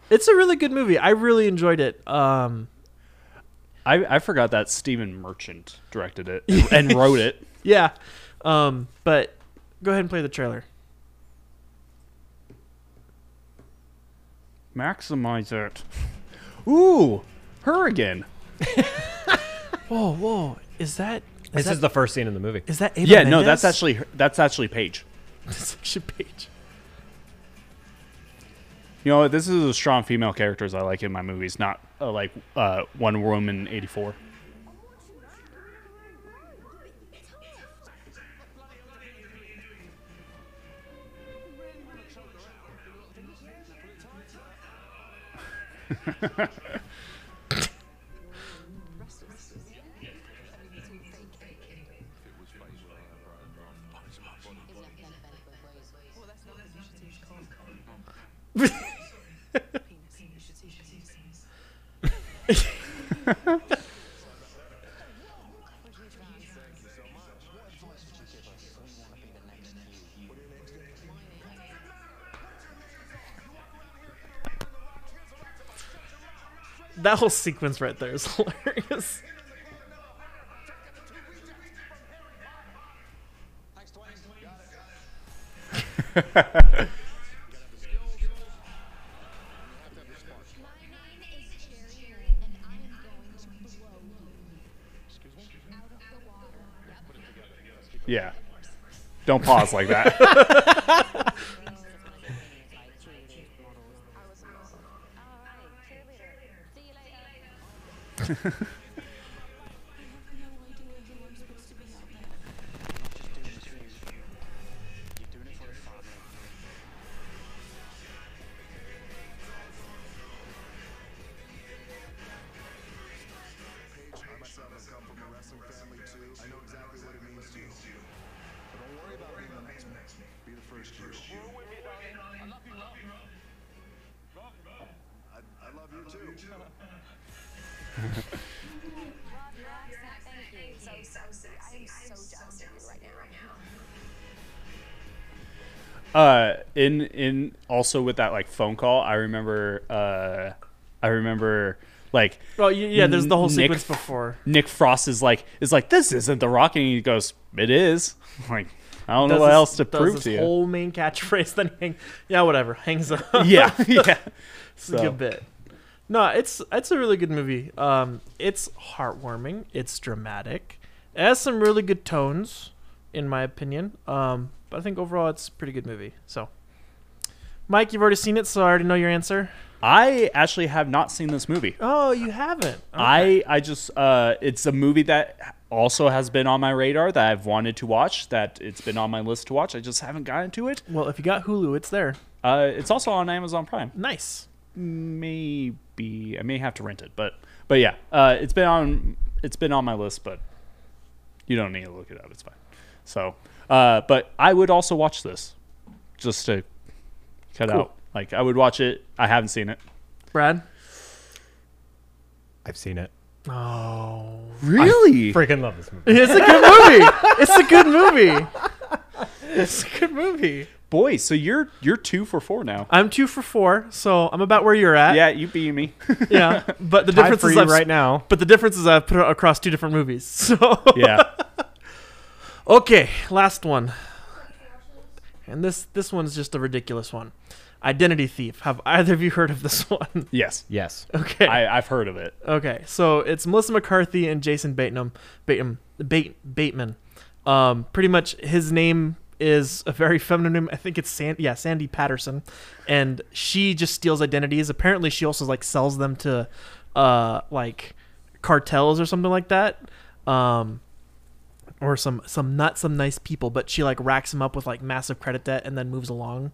S2: it's a really good movie. I really enjoyed it. Um,
S1: I, I forgot that Stephen Merchant directed it and wrote it.
S2: yeah, um, but go ahead and play the trailer.
S1: Maximize it. Ooh, her again.
S2: Whoa, whoa, is that is
S3: This is
S2: that
S3: the first scene in the movie.
S2: is that Ava
S1: yeah, no,
S2: Mendes?
S1: that's actually her, that's actually Paige.
S2: That's actually Paige.
S1: You know, what, this is the strong female characters I like in my movies, not uh, like uh, One Woman eighty four.
S2: That whole sequence right there is hilarious.
S8: My name is Cherry, and I am going to blow you out of the water.
S1: Yeah, don't pause like that.
S8: I was a model. All right, cheerleader. See you later.
S7: I myself have come from a wrestling family too. I know exactly what it means to you. But don't worry about being the next man. Be the first you. I love you, I love you, I love you too.
S1: uh in in also with that like phone call i remember uh i remember like
S2: Oh y- yeah, there's the whole
S1: Nick-
S2: sequence before.
S1: nick frost is like is like this isn't the rock and he goes it is like i don't know
S2: Does
S1: what
S2: this-
S1: else to
S2: does
S1: prove
S2: this
S1: to you
S2: Whole main catchphrase, then hang, yeah, whatever, hangs up.
S1: yeah yeah
S2: it's a good bit. No, it's it's a really good movie. Um, it's heartwarming. It's dramatic. It has some really good tones, in my opinion. Um, but I think overall it's a pretty good movie. So, Mike, you've already seen it, so I already know your answer.
S1: i actually have not seen this movie
S2: Oh, you haven't.
S1: I I just uh, it's a movie that also has been on my radar that I've wanted to watch that it's been on my list to watch. I just haven't gotten to it.
S2: well, if you got Hulu, it's there.
S1: Uh, it's also on Amazon Prime.
S2: Nice.
S1: Maybe I may have to rent it, but but yeah, uh, it's been on it's been on my list, but you don't need to look it up. It's fine. So, uh, but I would also watch this just to cut out. Like I would watch it. I haven't seen it.
S2: Brad.
S3: I've seen it.
S2: Oh,
S1: Really?
S3: Freaking love this movie.
S2: it's a good movie. it's a good movie. It's a good movie.
S1: Boy, so you're you're two for four now.
S2: I'm two for four, so I'm about where you're at.
S1: Yeah, you beat me.
S2: yeah. But the
S3: Tied
S2: difference
S3: for
S2: is
S3: you
S2: I've,
S3: right now.
S2: But the difference is I've put it across two different movies. So
S1: yeah.
S2: okay, last one, and this this one's just a ridiculous one. Identity Thief. Have either of you heard of this one?
S1: Yes.
S3: Yes.
S2: okay.
S1: I, I've heard of it.
S2: Okay, so it's Melissa McCarthy and Jason Bateman. Bateman. Bate, Bateman. Um, pretty much his name is a very feminine name. I think it's San, yeah, Sandy Patterson, and she just steals identities. Apparently, she also like sells them to, uh, like cartels or something like that. Um, or some some not some nice people, but she like racks him up with like massive credit debt and then moves along.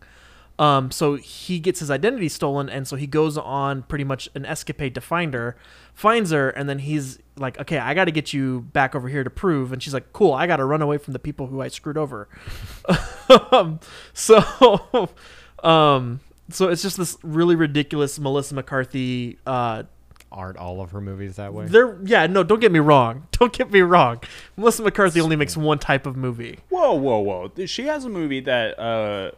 S2: Um, so he gets his identity stolen, and so he goes on pretty much an escapade to find her, finds her, and then he's like, "Okay, I got to get you back over here to prove." And she's like, "Cool, I got to run away from the people who I screwed over." um, so, um, so it's just this really ridiculous Melissa McCarthy uh,
S3: Aren't all of her movies that way?
S2: there, yeah, no, don't get me wrong. Don't get me wrong. Melissa McCarthy only makes one type of movie.
S1: Whoa, whoa, whoa! She has a movie that uh,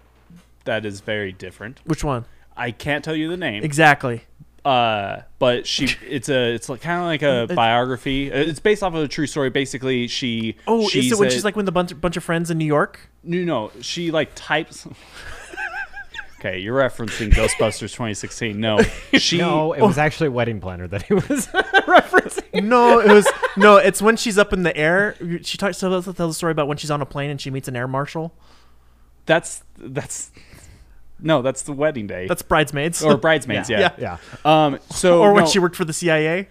S1: that is very different.
S2: Which one?
S1: I can't tell you the name,
S2: Exactly.
S1: uh, but she it's a it's like, kind of like a biography. It's based off of a true story. Basically, she
S2: Oh,
S1: she's
S2: is it when
S1: a-
S2: she's like with a bunch, bunch of friends in New York?
S1: no no she like types. okay, you're referencing Ghostbusters 2016. No, she
S3: No, it was actually Wedding Planner that he was referencing.
S2: No, it was no. It's when she's up in the air. She talks tells, tells a story about when she's on a plane and she meets an air marshal.
S1: that's that's no that's the wedding day.
S2: That's bridesmaids
S1: or bridesmaids. Yeah.
S2: Yeah.
S3: Yeah.
S1: Um. So
S2: or when
S1: no.
S2: she worked for the CIA.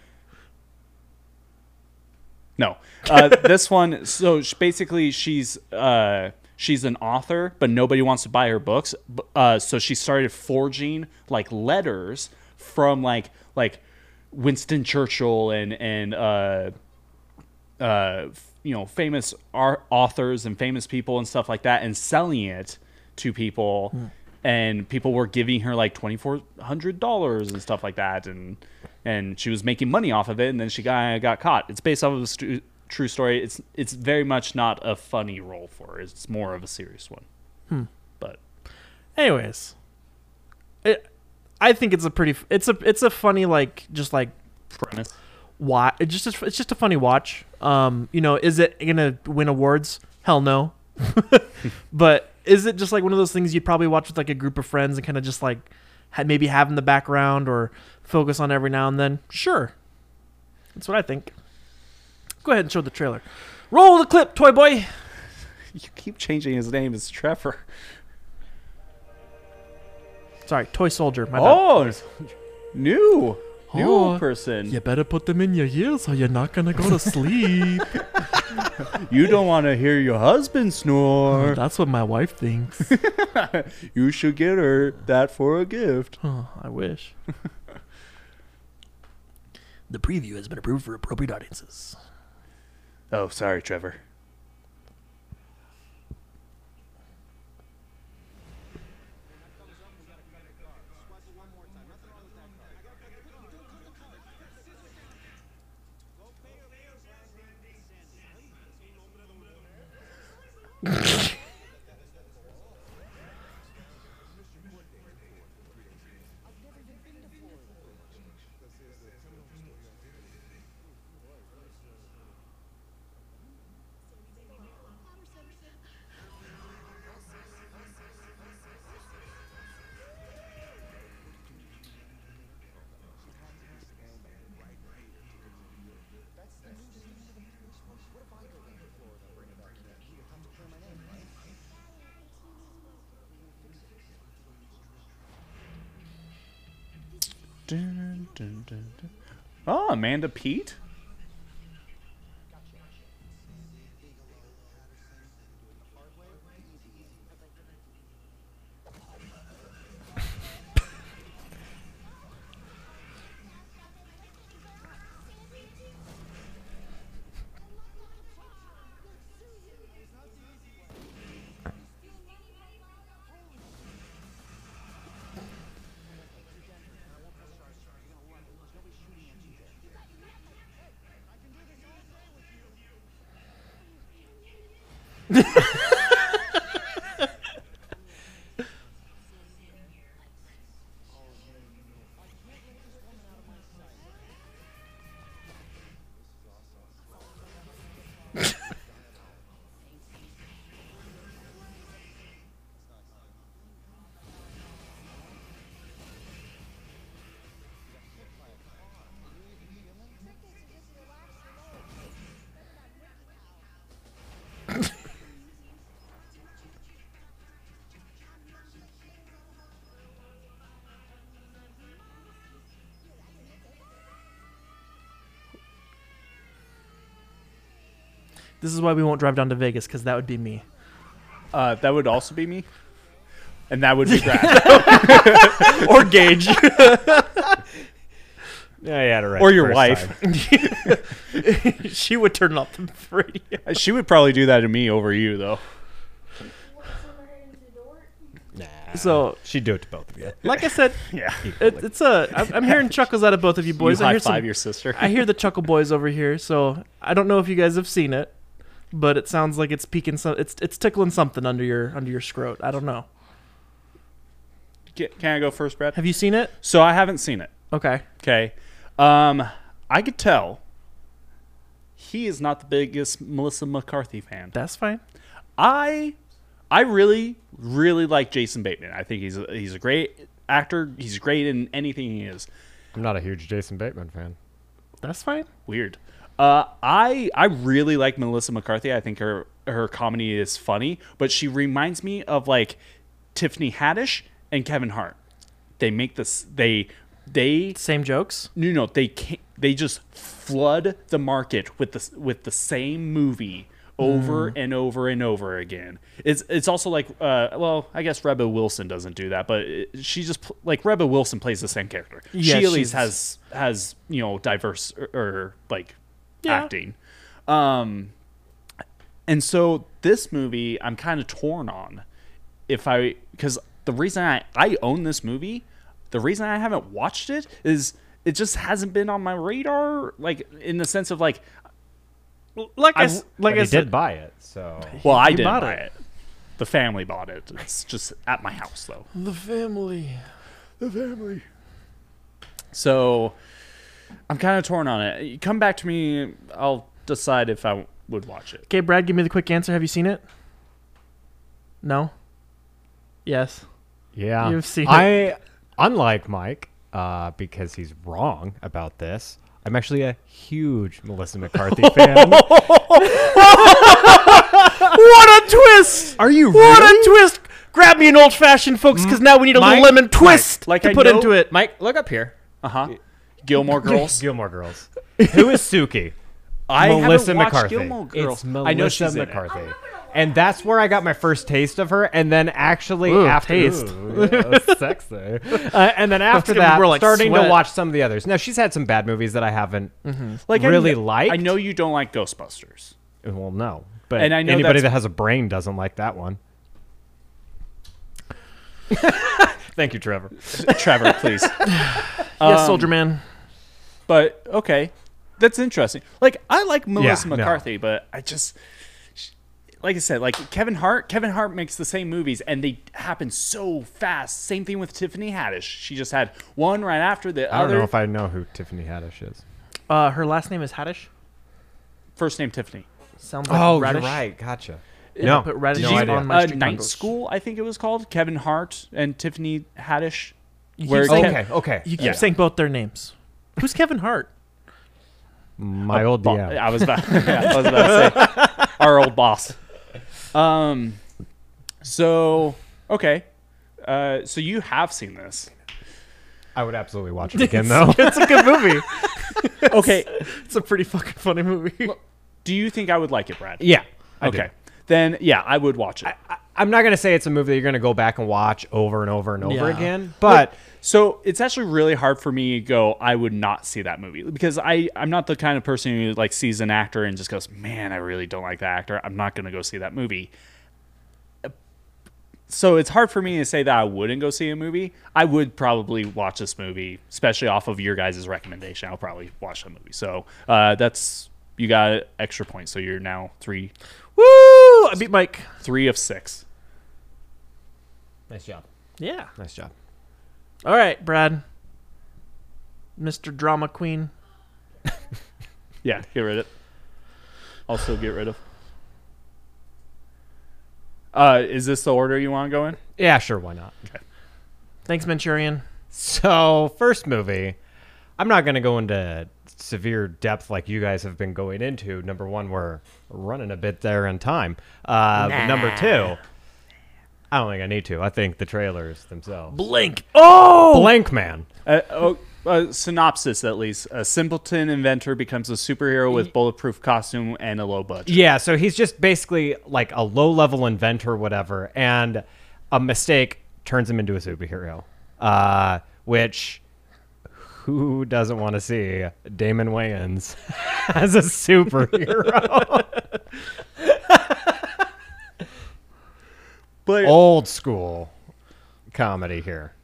S1: No, uh, this one. So sh- basically, she's uh, she's an author, but nobody wants to buy her books. B- Uh, so she started forging like letters from like like Winston Churchill and and uh, uh, f- you know famous ar authors and famous people and stuff like that, and selling it to people.
S2: Hmm.
S1: And people were giving her like twenty four hundred dollars and stuff like that, and and she was making money off of it. And then she got got caught. It's based off of a stu- true story. It's it's very much not a funny role for her. It's more of a serious one.
S2: Hmm.
S1: But
S2: Anyways, it, I think it's a pretty. f- It's a it's a funny like just like
S1: premise.
S2: watch. It just it's just a funny watch. Um, you know, is it gonna win awards? Hell no. but is it just like one of those things you'd probably watch with like a group of friends and kind of just like ha- maybe have in the background or focus on every now and then? Sure, that's what I think. Go ahead and show the trailer. Roll the clip, toy boy.
S1: You keep changing his name. It's Trevor.
S2: Sorry, toy soldier. My bad.
S1: Oh, new new
S2: Oh,
S1: person.
S2: better put them in your ears or you're not gonna go to sleep.
S1: You don't want to hear your husband snore.
S2: That's what my wife thinks.
S1: You should get her that for a gift.
S2: Oh, I wish.
S6: The preview has been approved for appropriate audiences.
S1: Oh, sorry, Trevor. Dun, dun, dun, dun. Oh, Amanda Pete?
S2: This is why we won't drive down to Vegas because that would be me.
S1: Uh, that would also be me. And that would be Brad.
S2: or Gage.
S3: Yeah, you had it right.
S1: Or
S3: the
S1: your
S3: first
S1: wife.
S3: time.
S2: she would turn off the radio.
S1: she would probably do that to me over you, though.
S5: What's over here into the door?
S2: So,
S3: She'd do it to both of you.
S2: like I said,
S1: Yeah.
S2: it, it's a. I'm, I'm hearing chuckles out of both of you boys.
S1: you
S2: I
S1: high
S2: hear
S1: five
S2: some,
S1: your sister.
S2: I hear the Chuckle Boys over here, so I don't know if you guys have seen it, but it sounds like it's peeking some. It's it's tickling something under your under your scrot. I don't know.
S1: Ca- Can I go first, Brad?
S2: Have you seen it?
S1: So I haven't seen it.
S2: Okay.
S1: Okay. Um, I could tell he is not the biggest Melissa McCarthy fan.
S2: That's fine.
S1: I I really really like Jason Bateman. I think he's a, he's a great actor. He's great in anything he is.
S3: I'm not a huge Jason Bateman fan.
S2: That's fine.
S1: Weird. Uh, I I really like Melissa McCarthy. I think her her comedy is funny, but she reminds me of like Tiffany Haddish and Kevin Hart. They make this they they
S2: Same jokes.
S1: no no they can't, they just flood the market with the with the same movie over
S2: Hmm.
S1: and over and over again it's it's also like uh well i guess reba wilson doesn't do that but it, she just pl- like reba wilson plays the same character
S2: Yeah,
S1: she at least
S2: she's-
S1: has has you know diverse or, or like
S2: Yeah.
S1: acting um and so this movie i'm kind of torn on if I because the reason I I own this movie, the reason I haven't watched it is it just hasn't been on my radar. Like in the sense of like,
S2: Like I,
S1: I-
S2: s- like
S3: But
S2: I
S3: he
S2: said,
S3: did buy it, so
S1: well, I
S2: You
S1: didn't
S2: bought
S1: buy
S2: it.
S1: it. The family bought it. It's just at my house though.
S4: The family.
S1: The family. So, I'm kind of torn on it. You Come back to me. I'll decide if I would watch it.
S2: Okay, Brad, give me the quick answer. Have you seen it? No. Yes.
S3: yeah.
S2: You've seen
S3: I, unlike Mike, uh, because he's wrong about this. I'm actually a huge Melissa McCarthy fan.
S2: What a twist!
S3: Are you
S2: What
S3: really?
S2: a twist! Grab me an old fashioned, folks, because now we need a
S3: Mike,
S2: little lemon twist
S1: like
S2: to
S1: I
S2: put
S1: know-
S2: into it.
S3: Mike, look up here.
S1: Uh huh. Gilmore Girls.
S3: Uh-huh. Gilmore Girls. Who is Suki?
S1: I haven't
S3: Melissa
S1: watched
S3: McCarthy.
S1: Gilmore Girls.
S3: It's Melissa
S1: I know she's in it.
S3: McCarthy.
S5: gonna
S3: And that's where I got my first taste of her. And then actually
S2: Ooh,
S3: after
S2: taste.
S3: Ooh, yeah, sexy. Uh, and then after
S2: gonna be
S3: that,
S2: more like
S3: starting
S2: sweat.
S3: to watch some of the others. Now she's had some bad movies that I haven't
S1: Like I
S3: really
S1: kn-
S3: liked.
S1: I know you don't like Ghostbusters.
S3: Well, no. But
S1: And I know
S3: anybody
S1: that's-
S3: that has a brain doesn't like that one. Thank you, Trevor.
S1: Trevor, please.
S2: yes, Soldier Man.
S1: But okay, that's interesting. Like I like Melissa
S3: no.
S1: McCarthy, but I just sh- like I said, like Kevin Hart. Kevin Hart makes the same movies, and they happen so fast. Same thing with Tiffany Haddish. She just had one right after the
S3: I don't
S1: other.
S3: know if I know who Tiffany Haddish is.
S2: Uh, her last name is Haddish.
S1: First name Tiffany.
S2: Sounds like Oh, radish.
S3: Oh, Gotcha.
S2: I
S3: No,
S2: put radish
S3: no
S2: on
S3: idea.
S2: my
S1: Uh,
S2: street
S1: Night
S2: tacos.
S1: School, I think it was called. Kevin Hart and Tiffany Haddish.
S2: You
S1: Where
S2: keep saying-
S3: okay, okay.
S2: You keep
S1: Yeah.
S2: saying both their names. Who's Kevin Hart?
S3: My old
S1: Bo-
S3: DM.
S1: I was about, yeah, I was about to say our old boss. Um, so okay, uh, so you have seen this.
S3: I would absolutely watch it again though.
S2: it's a good movie.
S1: Okay.
S2: It's a pretty fucking funny movie.
S1: Do you think I would like it, Brad?
S3: yeah. I do.
S1: Okay. Then yeah, I would watch it.
S3: I, I'm not gonna say it's a movie that you're gonna go back and watch over and over and over
S2: Yeah.
S3: again, but
S1: So it's actually really hard for me to go. I would not see that movie because I I'm not the kind of person who like sees an actor and just goes, man, I really don't like that actor. I'm not gonna go see that movie. So it's hard for me to say that I wouldn't go see a movie. I would probably watch this movie, especially off of your guys' recommendation. I'll probably watch the movie. So uh, that's you got extra points. So you're now three
S2: Woo! I beat Mike.
S1: three of six.
S3: nice job,
S2: Yeah.
S3: nice job.
S2: All right, Brad. Mr. Drama Queen.
S1: Yeah, get rid of it. Also get rid of. Uh, is this the order you want to go in?
S3: Yeah, sure, why not?
S2: Thanks, Manchurian.
S3: So, first movie, I'm not going to go into severe depth like you guys have been going into. Number one, we're running a bit there in time. Uh, but number two, I don't think I need to. I think the trailers themselves.
S6: Blink.
S2: Oh!
S3: Blank Man.
S1: Uh, oh, uh, synopsis at least. A simpleton inventor becomes a superhero with bulletproof costume and a low budget.
S3: Yeah, so he's just basically like a low level inventor, whatever, and a mistake turns him into a superhero. Uh, which who doesn't want to see Damon Wayans as a superhero?
S1: But
S3: Old school comedy here.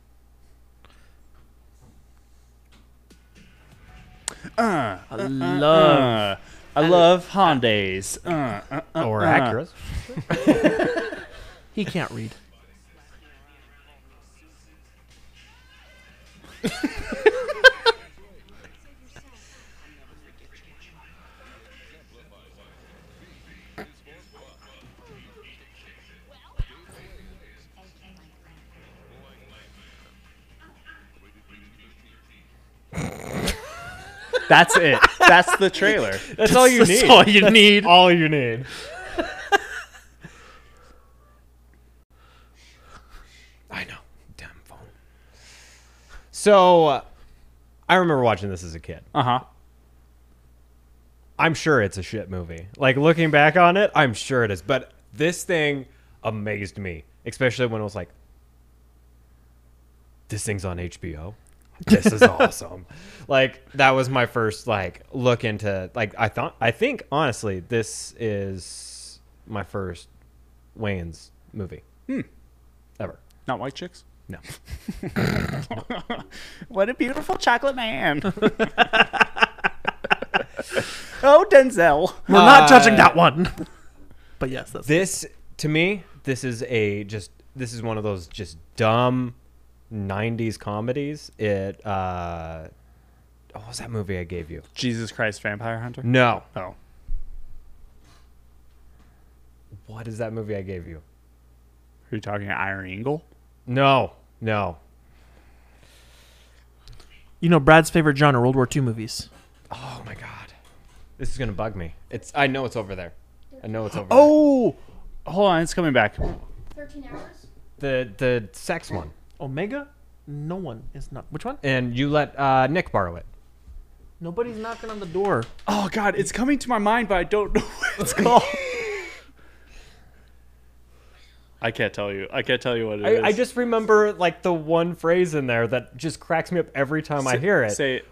S2: I love.
S1: uh, I love Hondas. Uh, uh, uh,
S3: Or
S1: uh.
S3: Acura's.
S2: He can't read.
S1: That's it. That's the trailer.
S3: That's all you
S2: That's
S3: need.
S2: all you need.
S3: all you need. I know. Damn phone. So, uh, I remember watching this as a kid.
S1: Uh huh.
S3: I'm sure it's a shit movie. Like looking back on it, I'm sure it is. But this thing amazed me, especially when it was like, this thing's on HBO. This is awesome. Like that was my first like look into like I thought I think honestly this is my first Wayans movie ever.
S1: Not white chicks.
S3: No.
S1: What a beautiful chocolate man. oh, Denzel.
S2: We're not judging that one. but yes, that's
S3: this to me this is a just this is one of those just dumb 90s comedies it uh what was that movie i gave you
S1: Jesus Christ, Vampire Hunter.
S3: no
S1: Oh.
S3: what is that movie i gave you
S1: Are you talking Iron Eagle?
S3: no no
S2: you know Brad's favorite genre: World War II movies.
S3: oh my god this is gonna bug me it's i know it's over there i know it's over
S1: Oh, hold on, it's coming back.
S5: 13 hours?
S3: there. the the sex one
S2: Omega. No one is not. Which one?
S3: and you let uh nick borrow it
S2: Nobody's knocking on the door.
S1: Oh God, it's coming to my mind, but I don't know what it's called. I can't tell you. I can't tell you what it is.
S3: I, I just remember like the one phrase in there that just cracks me up every time i hear it
S1: say it.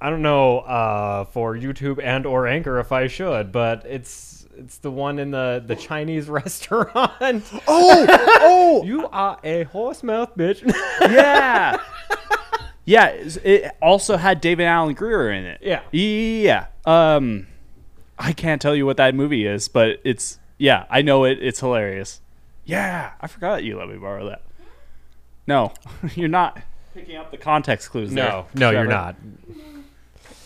S3: I don't know uh, for YouTube and or Anchor if I should, but it's it's the one in the the Chinese restaurant. Oh, oh! you are a horse mouth bitch.
S1: Yeah, yeah. it's- It also had David Allen Greer in it.
S3: Yeah.
S1: yeah. Um, I can't tell you what that movie is, but it's yeah. I know it. It's hilarious. Yeah, I forgot you let me borrow that. No, you're not picking up the context clues. there,
S3: no, no, you're
S1: Trevor.
S3: not.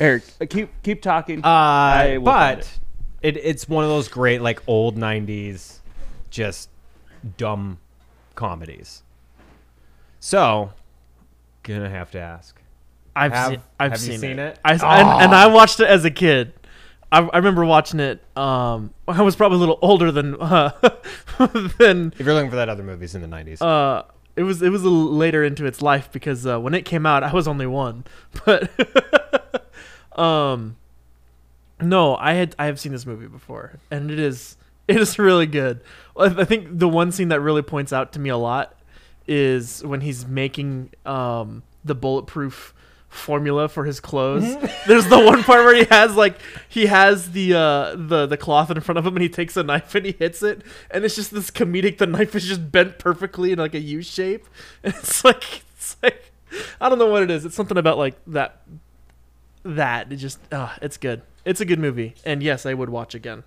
S1: Eric, uh, keep keep talking.
S3: Uh,
S1: will find
S3: but it. it's one of those great like old '90s, just dumb comedies. So, gonna have to ask.
S2: I've
S3: Have-
S2: seen. I've
S3: have you
S2: seen,
S3: seen
S2: it.
S3: it?
S2: I, and, and I watched it as a kid. I, I remember watching it. Um, I was probably a little older than uh, than
S3: If you're looking for that other movies in the '90s,
S2: uh, It was it was a little later into its life because uh, when it came out, I was only one. But um, no, I had I have seen this movie before, and it is it is really good. I I think the one scene that really points out to me a lot is when he's making um the bulletproof formula for his clothes. There's the one part where he has like he has the uh the the cloth in front of him and he takes a knife and he hits it and it's just this comedic the knife is just bent perfectly in like a U shape. And it's like it's like I don't know what it is. It's something about like that that it just uh, it's good. It's a good movie. And yes, I would watch again.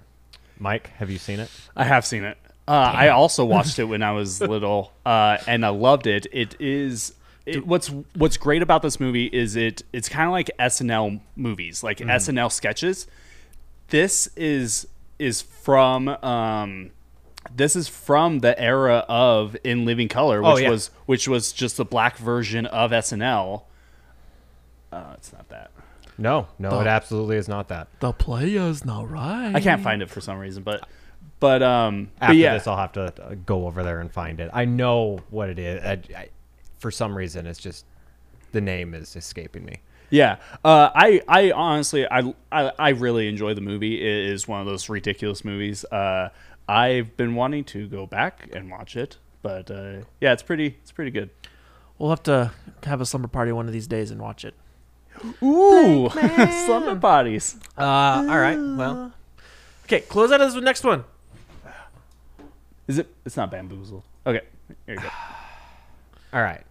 S3: Mike, have you seen it?
S1: I have seen it. Uh, I also watched it when I was little, uh, and I loved it. It is it, what's what's great about this movie is it it's kind of like SNL movies, like
S3: Mm-hmm.
S1: SNL sketches. This is is from um, this is from the era of In Living Color, which
S3: Oh, yeah.
S1: was which was just the black version of SNL. Uh, it's not that.
S3: No, no,
S1: Oh.
S3: it absolutely is not that.
S2: The player's now right.
S1: I can't find it for some reason, but but um but
S3: Mm-hmm. After
S1: yeah.
S3: this, I'll have to uh, go over there and find it. I know what it is. I, I, for some reason, it's just the name is escaping me.
S1: Yeah, uh, I I honestly I, I I really enjoy the movie. It is one of those ridiculous movies. Uh, I've been wanting to go back and watch it, but uh, yeah, it's pretty it's pretty good.
S2: We'll have to have a slumber party one of these days and watch it.
S1: Ooh, slumber bodies.
S3: Uh, all right. Well,
S2: Okay, close out of this next one.
S1: Is it? It's not bamboozled. Okay, here you go.
S3: Uh, all right.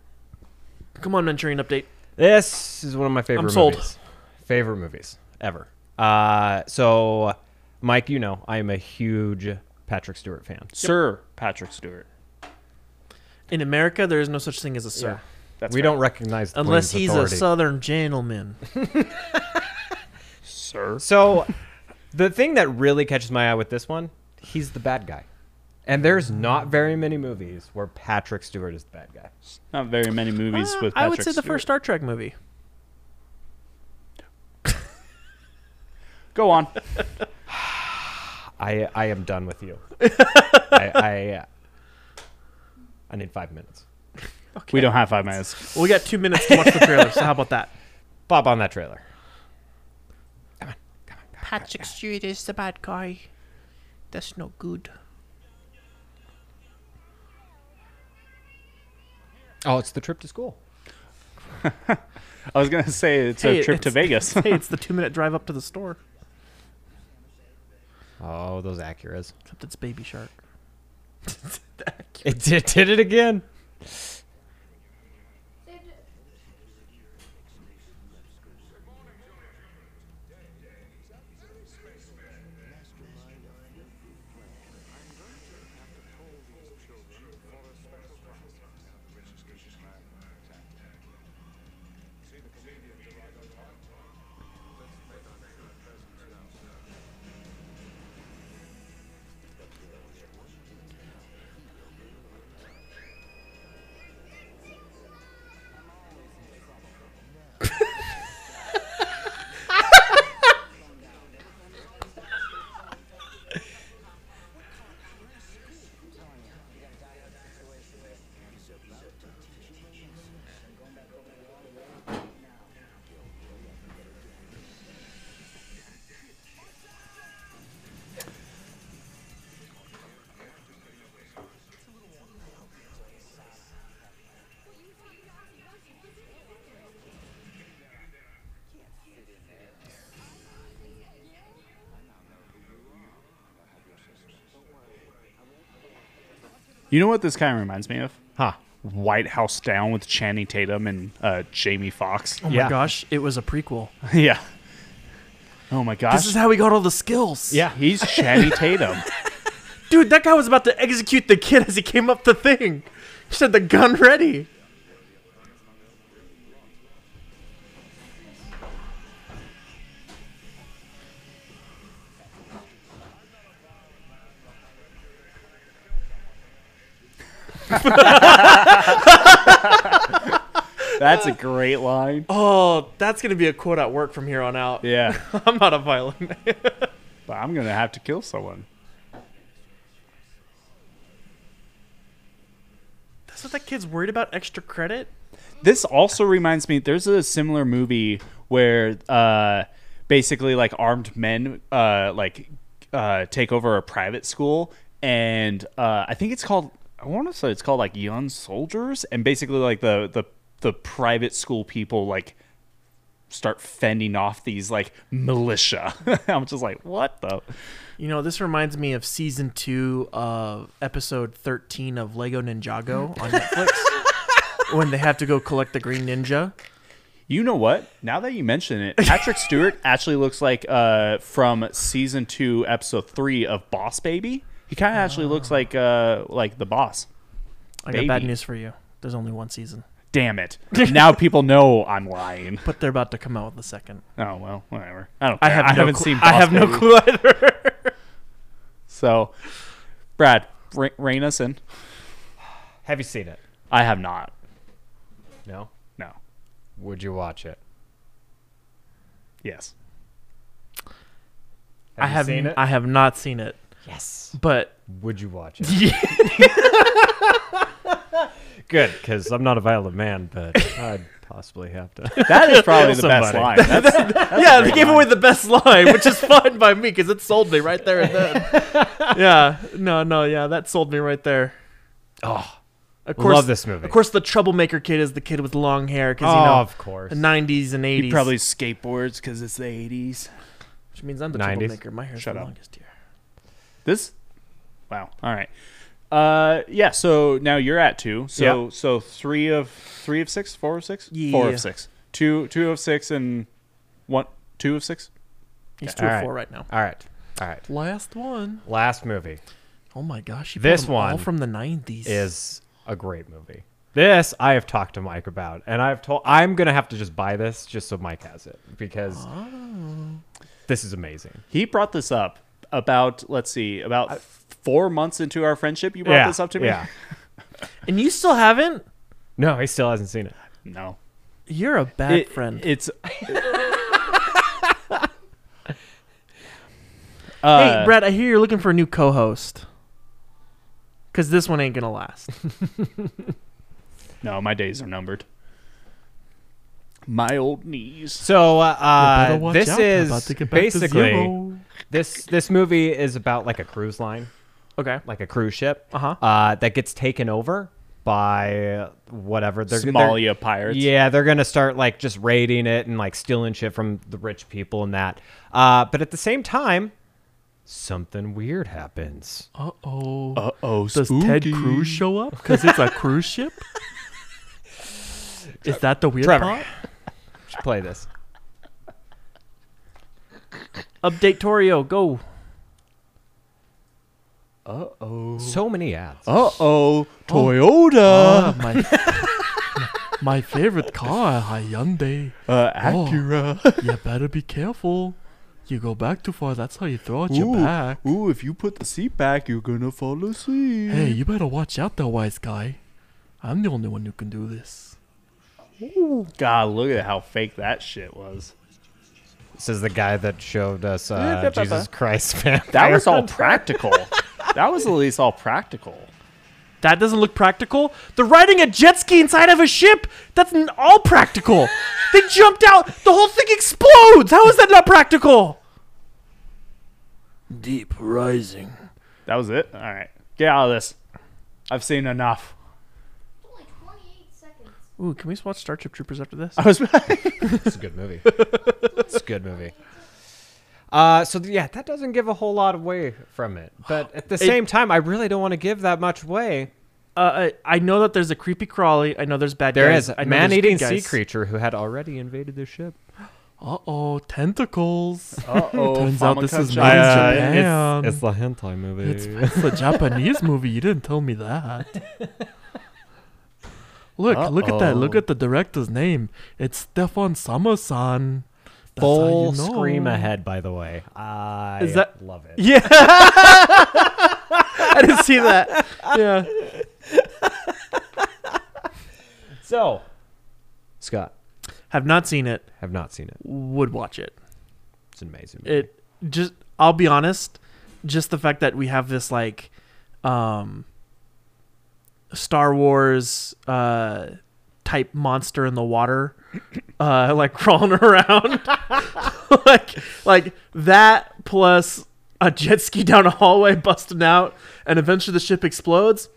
S2: Come on, Manchurian update.
S3: This is one of my favorite
S2: I'm sold.
S3: movies. Favorite movies ever. Uh, so, Mike, you know I am a huge Patrick Stewart fan.
S1: Sir Patrick Stewart.
S2: In America, there is no such thing as a sir,
S1: That's
S3: we
S1: right.
S3: don't recognize the
S2: unless
S3: Queen's
S2: he's
S3: authority.
S2: a southern gentleman.
S1: sir.
S3: So, the thing that really catches my eye with this one, he's the bad guy. And there's not very many movies where Patrick Stewart is the bad guy.
S1: Not very many movies
S2: Uh,
S1: with. Patrick
S2: I would say the
S1: Stewart.
S2: first Star Trek movie.
S1: Go on.
S3: I I am done with you. I, I I need five minutes.
S1: We don't have five minutes.
S2: Well, we got two minutes to watch the trailer, so how about that?
S3: Pop on that trailer.
S9: Patrick Stewart is the bad guy. That's no good.
S3: Oh, it's the trip to school.
S1: I was gonna say it's
S2: Hey,
S1: a trip to
S2: it's-
S1: Vegas.
S2: hey, it's the two-minute drive up to the store.
S3: Oh, those Acuras.
S2: Except it's Baby Shark.
S3: It did, did it again.
S1: You know what this kind of reminds me of?
S3: Huh.
S1: White House Down with Channing Tatum and uh, Jamie Foxx.
S2: Oh
S3: Yeah.
S2: my gosh, it was a prequel.
S1: yeah. Oh my gosh.
S2: This is how we got all the skills.
S1: yeah, he's Channing Tatum.
S2: Dude, that guy was about to execute the kid as he came up the thing. He said the gun ready.
S1: That's a great line.
S2: Oh, that's gonna be a quote at work from here on out.
S1: Yeah,
S2: I'm not a violent man.
S1: but I'm gonna have to kill someone.
S2: That's what that kid's worried about extra credit.
S1: This also reminds me. There's a similar movie where uh, basically like armed men uh, like uh, take over a private school, and uh, I think it's called. I want to say it's called like Young Soldiers, and basically like the the the private school people like start fending off these like militia. I'm just like, what the?
S2: You know, this reminds me of season two of episode thirteen of Lego Ninjago on Netflix. when they have to go collect the green ninja.
S1: You know what? Now that you mention it, Patrick Stewart actually looks like uh, from season two, episode three of Boss Baby. He kind of actually
S2: Oh.
S1: looks like uh, like the boss.
S2: I
S1: Baby.
S2: got bad news for you. There's only one season,
S1: Damn it! now people know I'm lying.
S2: but they're about to come out with a second.
S1: Oh well, whatever. I don't.
S2: I
S1: Care.
S2: have
S1: I
S2: no
S1: haven't
S2: cl-
S1: seen.
S2: I
S1: Boss
S2: have no
S1: Baby.
S2: clue either.
S1: So, Brad, re- rein us in.
S3: Have you seen it?
S1: I have not.
S3: No.
S1: No.
S3: Would you watch it?
S1: Yes.
S2: I
S3: you
S2: have
S3: seen it.
S2: I have not seen it,
S3: yes.
S2: but
S3: Would you watch it? Good, because I'm not a violent man, but I'd possibly have to.
S1: That is probably the best
S3: somebody.
S1: line. That's,
S2: yeah, they gave away the best line, which is fine by me because it sold me right there and then. yeah, no, no, yeah, that sold me right there.
S3: oh,
S2: Of course,
S3: love this movie.
S2: Of course, the troublemaker kid is the kid with long hair because
S3: Oh,
S2: you know
S3: of course.
S2: the '90s and '80s.
S1: he probably skateboards because it's the '80s.
S2: which means I'm the
S3: 90s.
S2: troublemaker. My hair's
S1: Shut
S2: the
S1: up.
S2: longest here.
S1: This. Wow. All right. Uh, yeah. So now you're at two. So
S3: Yeah.
S1: so three of three of six, four of six, four
S2: Yeah.
S1: of six, two two of six, and one two of six.
S2: He's
S3: Okay.
S2: two or
S3: Alright.
S2: four right now.
S3: All right. All right.
S2: Last one.
S3: Last movie
S2: Oh my gosh, you
S3: This
S2: pulled them all
S3: one
S2: from the '90s
S3: is a great movie. This I have talked to Mike about, and I've told I'm gonna have to just buy this just so Mike has it because
S2: Ah.
S3: this is amazing.
S1: He brought this up about let's see about four months into our friendship. You brought
S3: yeah,
S1: this up to me.
S3: Yeah.
S2: and you still haven't.
S3: No, he still hasn't seen it.
S1: No.
S2: You're a bad
S1: It-
S2: friend.
S1: It's. Uh,
S2: hey, Brad, I hear you're looking for a new co-host. Cause this one ain't gonna last.
S1: No, my days are numbered. My old knees.
S3: So uh,
S2: better
S3: uh,
S2: watch
S3: this
S2: out. I'm about
S3: is
S2: to get back to
S3: basically
S2: zero.
S3: this this movie is about like a cruise line,
S2: Okay.
S3: like a cruise ship
S2: Uh-huh.
S3: uh, that gets taken over by whatever they're they're-
S1: Somalia pirates.
S3: Yeah, they're gonna start like just raiding it and like stealing shit from the rich people and that. Uh, but at the same time, something weird happens.
S2: Uh oh.
S1: Uh oh.
S2: Does Ted Cruz show up? Because it's a cruise ship. Is that the weird
S3: Trevor,
S2: part?
S3: should play this.
S2: Update Torio, go.
S3: So many ads.
S1: Uh oh. Toyota.
S2: Ah, my, my favorite car, Hyundai.
S1: Uh,
S2: Oh.
S1: Acura.
S2: You better be careful. You go back too far, that's how you throw out your back.
S1: ooh, if you put the seat back, you're gonna fall asleep.
S2: Hey, you better watch out, that wise guy. I'm the only one who can do this.
S1: God, look at how fake that shit was.
S3: This is the guy that showed us uh, Jesus Christ, man.
S1: That was all practical. that was at least all practical.
S2: That doesn't look practical. They're riding a jet ski inside of a ship. That's n- all practical. they jumped out. The whole thing explodes. How is that not practical?
S6: Deep rising.
S1: That was it. All right, get out of this. I've seen enough.
S5: It's only 28 seconds.
S2: Ooh, can we watch Starship Troopers after this?
S1: I was.
S3: It's a good movie. it's a good movie. Uh, so th- yeah, that doesn't give a whole lot away from it, but at the same time, I really don't want to give that much away.
S2: Uh, I I know that there's a creepy crawly. I know there's bad
S3: There
S2: guys.
S3: is
S2: I know
S3: a
S2: there's
S3: man-eating
S2: good
S3: sea
S2: guys.
S3: creature who had already invaded the ship.
S2: Uh oh, tentacles.
S1: Uh oh.
S2: Turns out this is
S3: I,
S2: It's
S3: uh,
S2: Japan.
S3: It's, it's the hentai movie.
S2: It's, it's a Japanese movie. You didn't tell me that. Look, look at that. Look
S1: Uh-oh.
S2: at the director's name. It's Stefan Samosan. That's how
S3: Full
S2: you know.
S3: scream ahead, by the way. I
S2: Is that-
S3: love it.
S2: Yeah. I didn't see that. Yeah.
S3: So, Scott,
S2: Have not seen it.
S3: have not seen it.
S2: Would watch it.
S3: It's an amazing. Movie.
S2: It just I'll be honest, just the fact that we have this like um Star Wars uh, type monster in the water, uh, like crawling around, like like that plus a jet ski down a hallway busting out, and eventually the ship explodes.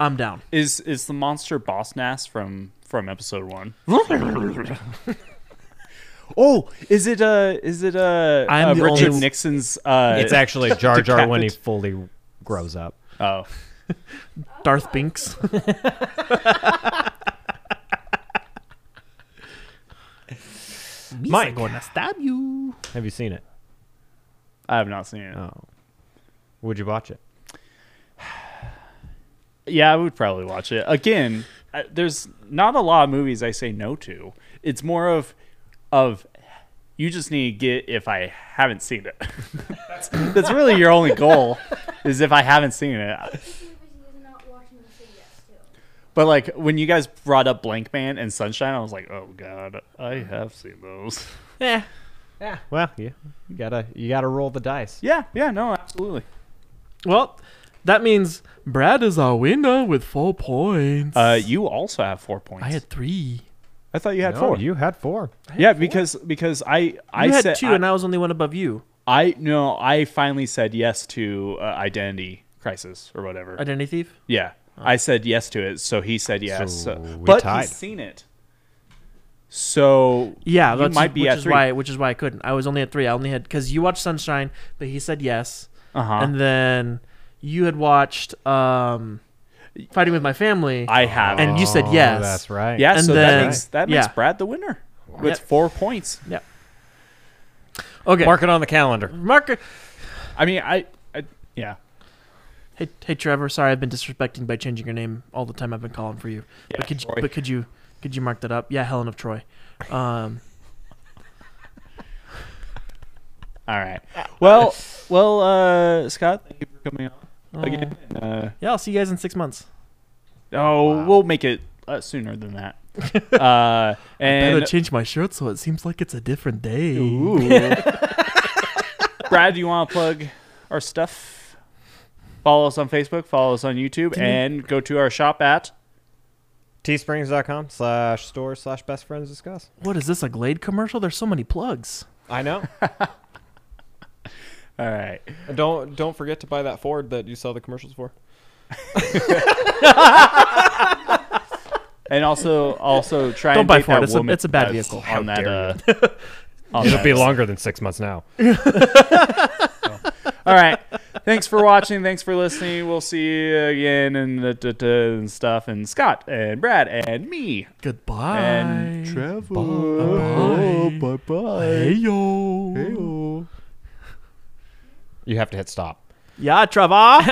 S2: I'm down.
S1: Is is the monster Boss Nass from from episode one? oh, is it uh is it uh,
S2: I'm
S1: uh,
S2: the
S1: Richard
S2: only-
S1: Nixon's uh
S3: It's actually Jar Jar when he
S1: Decapit-
S3: fully grows up.
S1: Oh.
S2: Darth Binks.
S3: Mike.
S2: I'm going to stab you.
S3: Have you seen it?
S1: I have not seen it.
S3: Oh. Would you watch it?
S1: Yeah, I would probably watch it again. I, there's not a lot of movies I say no to. It's more of of you just need to get if I haven't seen it. that's, that's really your only goal is if I haven't seen it.
S5: If you was not watching them say yes to.
S1: But like when you guys brought up Blank Man and Sunshine, I was like, oh god, I have seen those.
S2: Yeah.
S3: Yeah. Well, yeah. You gotta you gotta roll the dice.
S1: Yeah, yeah, no, absolutely.
S2: Well, that means Brad is our winner with four points.
S1: Uh, you also have four points.
S2: I had three.
S1: I thought you had
S3: No,
S1: four.
S3: You had four.
S1: yeah, because because I I
S2: you had
S1: said
S2: two, and I was only one above you.
S1: I no, I finally said yes to uh, identity crisis or whatever.
S2: Identity thief.
S1: yeah,
S2: Oh.
S1: I said yes to it, so he said yes.
S3: So
S1: so-
S3: we
S1: but
S3: tied.
S1: he's seen it, so
S2: Yeah,
S1: you
S2: that's
S1: might be
S2: which
S1: at
S2: is
S1: three.
S2: why which is why I couldn't. I was only at three. I only had because you watched Sunshine, but he said yes,
S1: Uh-huh.
S2: and then you had watched um, Fighting with My Family,
S1: I have,
S2: and you said
S3: Oh,
S2: yes.
S3: That's right.
S1: yeah,
S2: and
S1: so
S2: then-
S1: that makes that makes
S2: yeah.
S1: Brad the winner with
S2: Yep.
S1: four points.
S2: Okay,
S3: Mark it on the calendar.
S2: Mark.
S1: I mean, I, I yeah,
S2: Hey, hey, Trevor. Sorry, I've been disrespecting by changing your name all the time. I've been calling for you, but could you,
S1: Troy.
S2: but could you could you mark that up? Yeah, Helen of Troy. Um,
S1: all right. Well, well, uh, Scott, thank you for coming
S2: Oh.
S1: on again. Uh,
S2: yeah, I'll see you guys in six months.
S1: oh, we'll make it uh, sooner than that. uh, and
S2: Better change my shirt so it seems like it's a different day.
S1: Ooh. Brad, do you want to plug our stuff? Follow us on Facebook, follow us on YouTube, and go to our shop at.
S3: Teesprings.com slash store slash best friends discuss.
S2: What is this? A Glade commercial? There's so many plugs.
S3: I know.
S1: All right.
S10: Don't don't forget to buy that Ford that you saw the commercials for.
S1: And also, also try
S2: Don't
S1: and
S2: buy
S1: date
S2: Ford.
S1: that
S2: It's a-
S1: woman
S2: it's a bad
S1: that's
S2: vehicle. How
S1: On that, uh, on
S3: It'll
S1: that.
S3: be longer than six months now.
S1: All right. Thanks for watching. Thanks for listening. We'll see you again and, da- da- da and stuff. And Scott and Brad and me
S2: Goodbye.
S1: and
S2: Bye.
S4: bye bye.
S2: Hey yo.
S4: Heyo.
S3: You have to hit stop.
S2: Yeah, Trevor.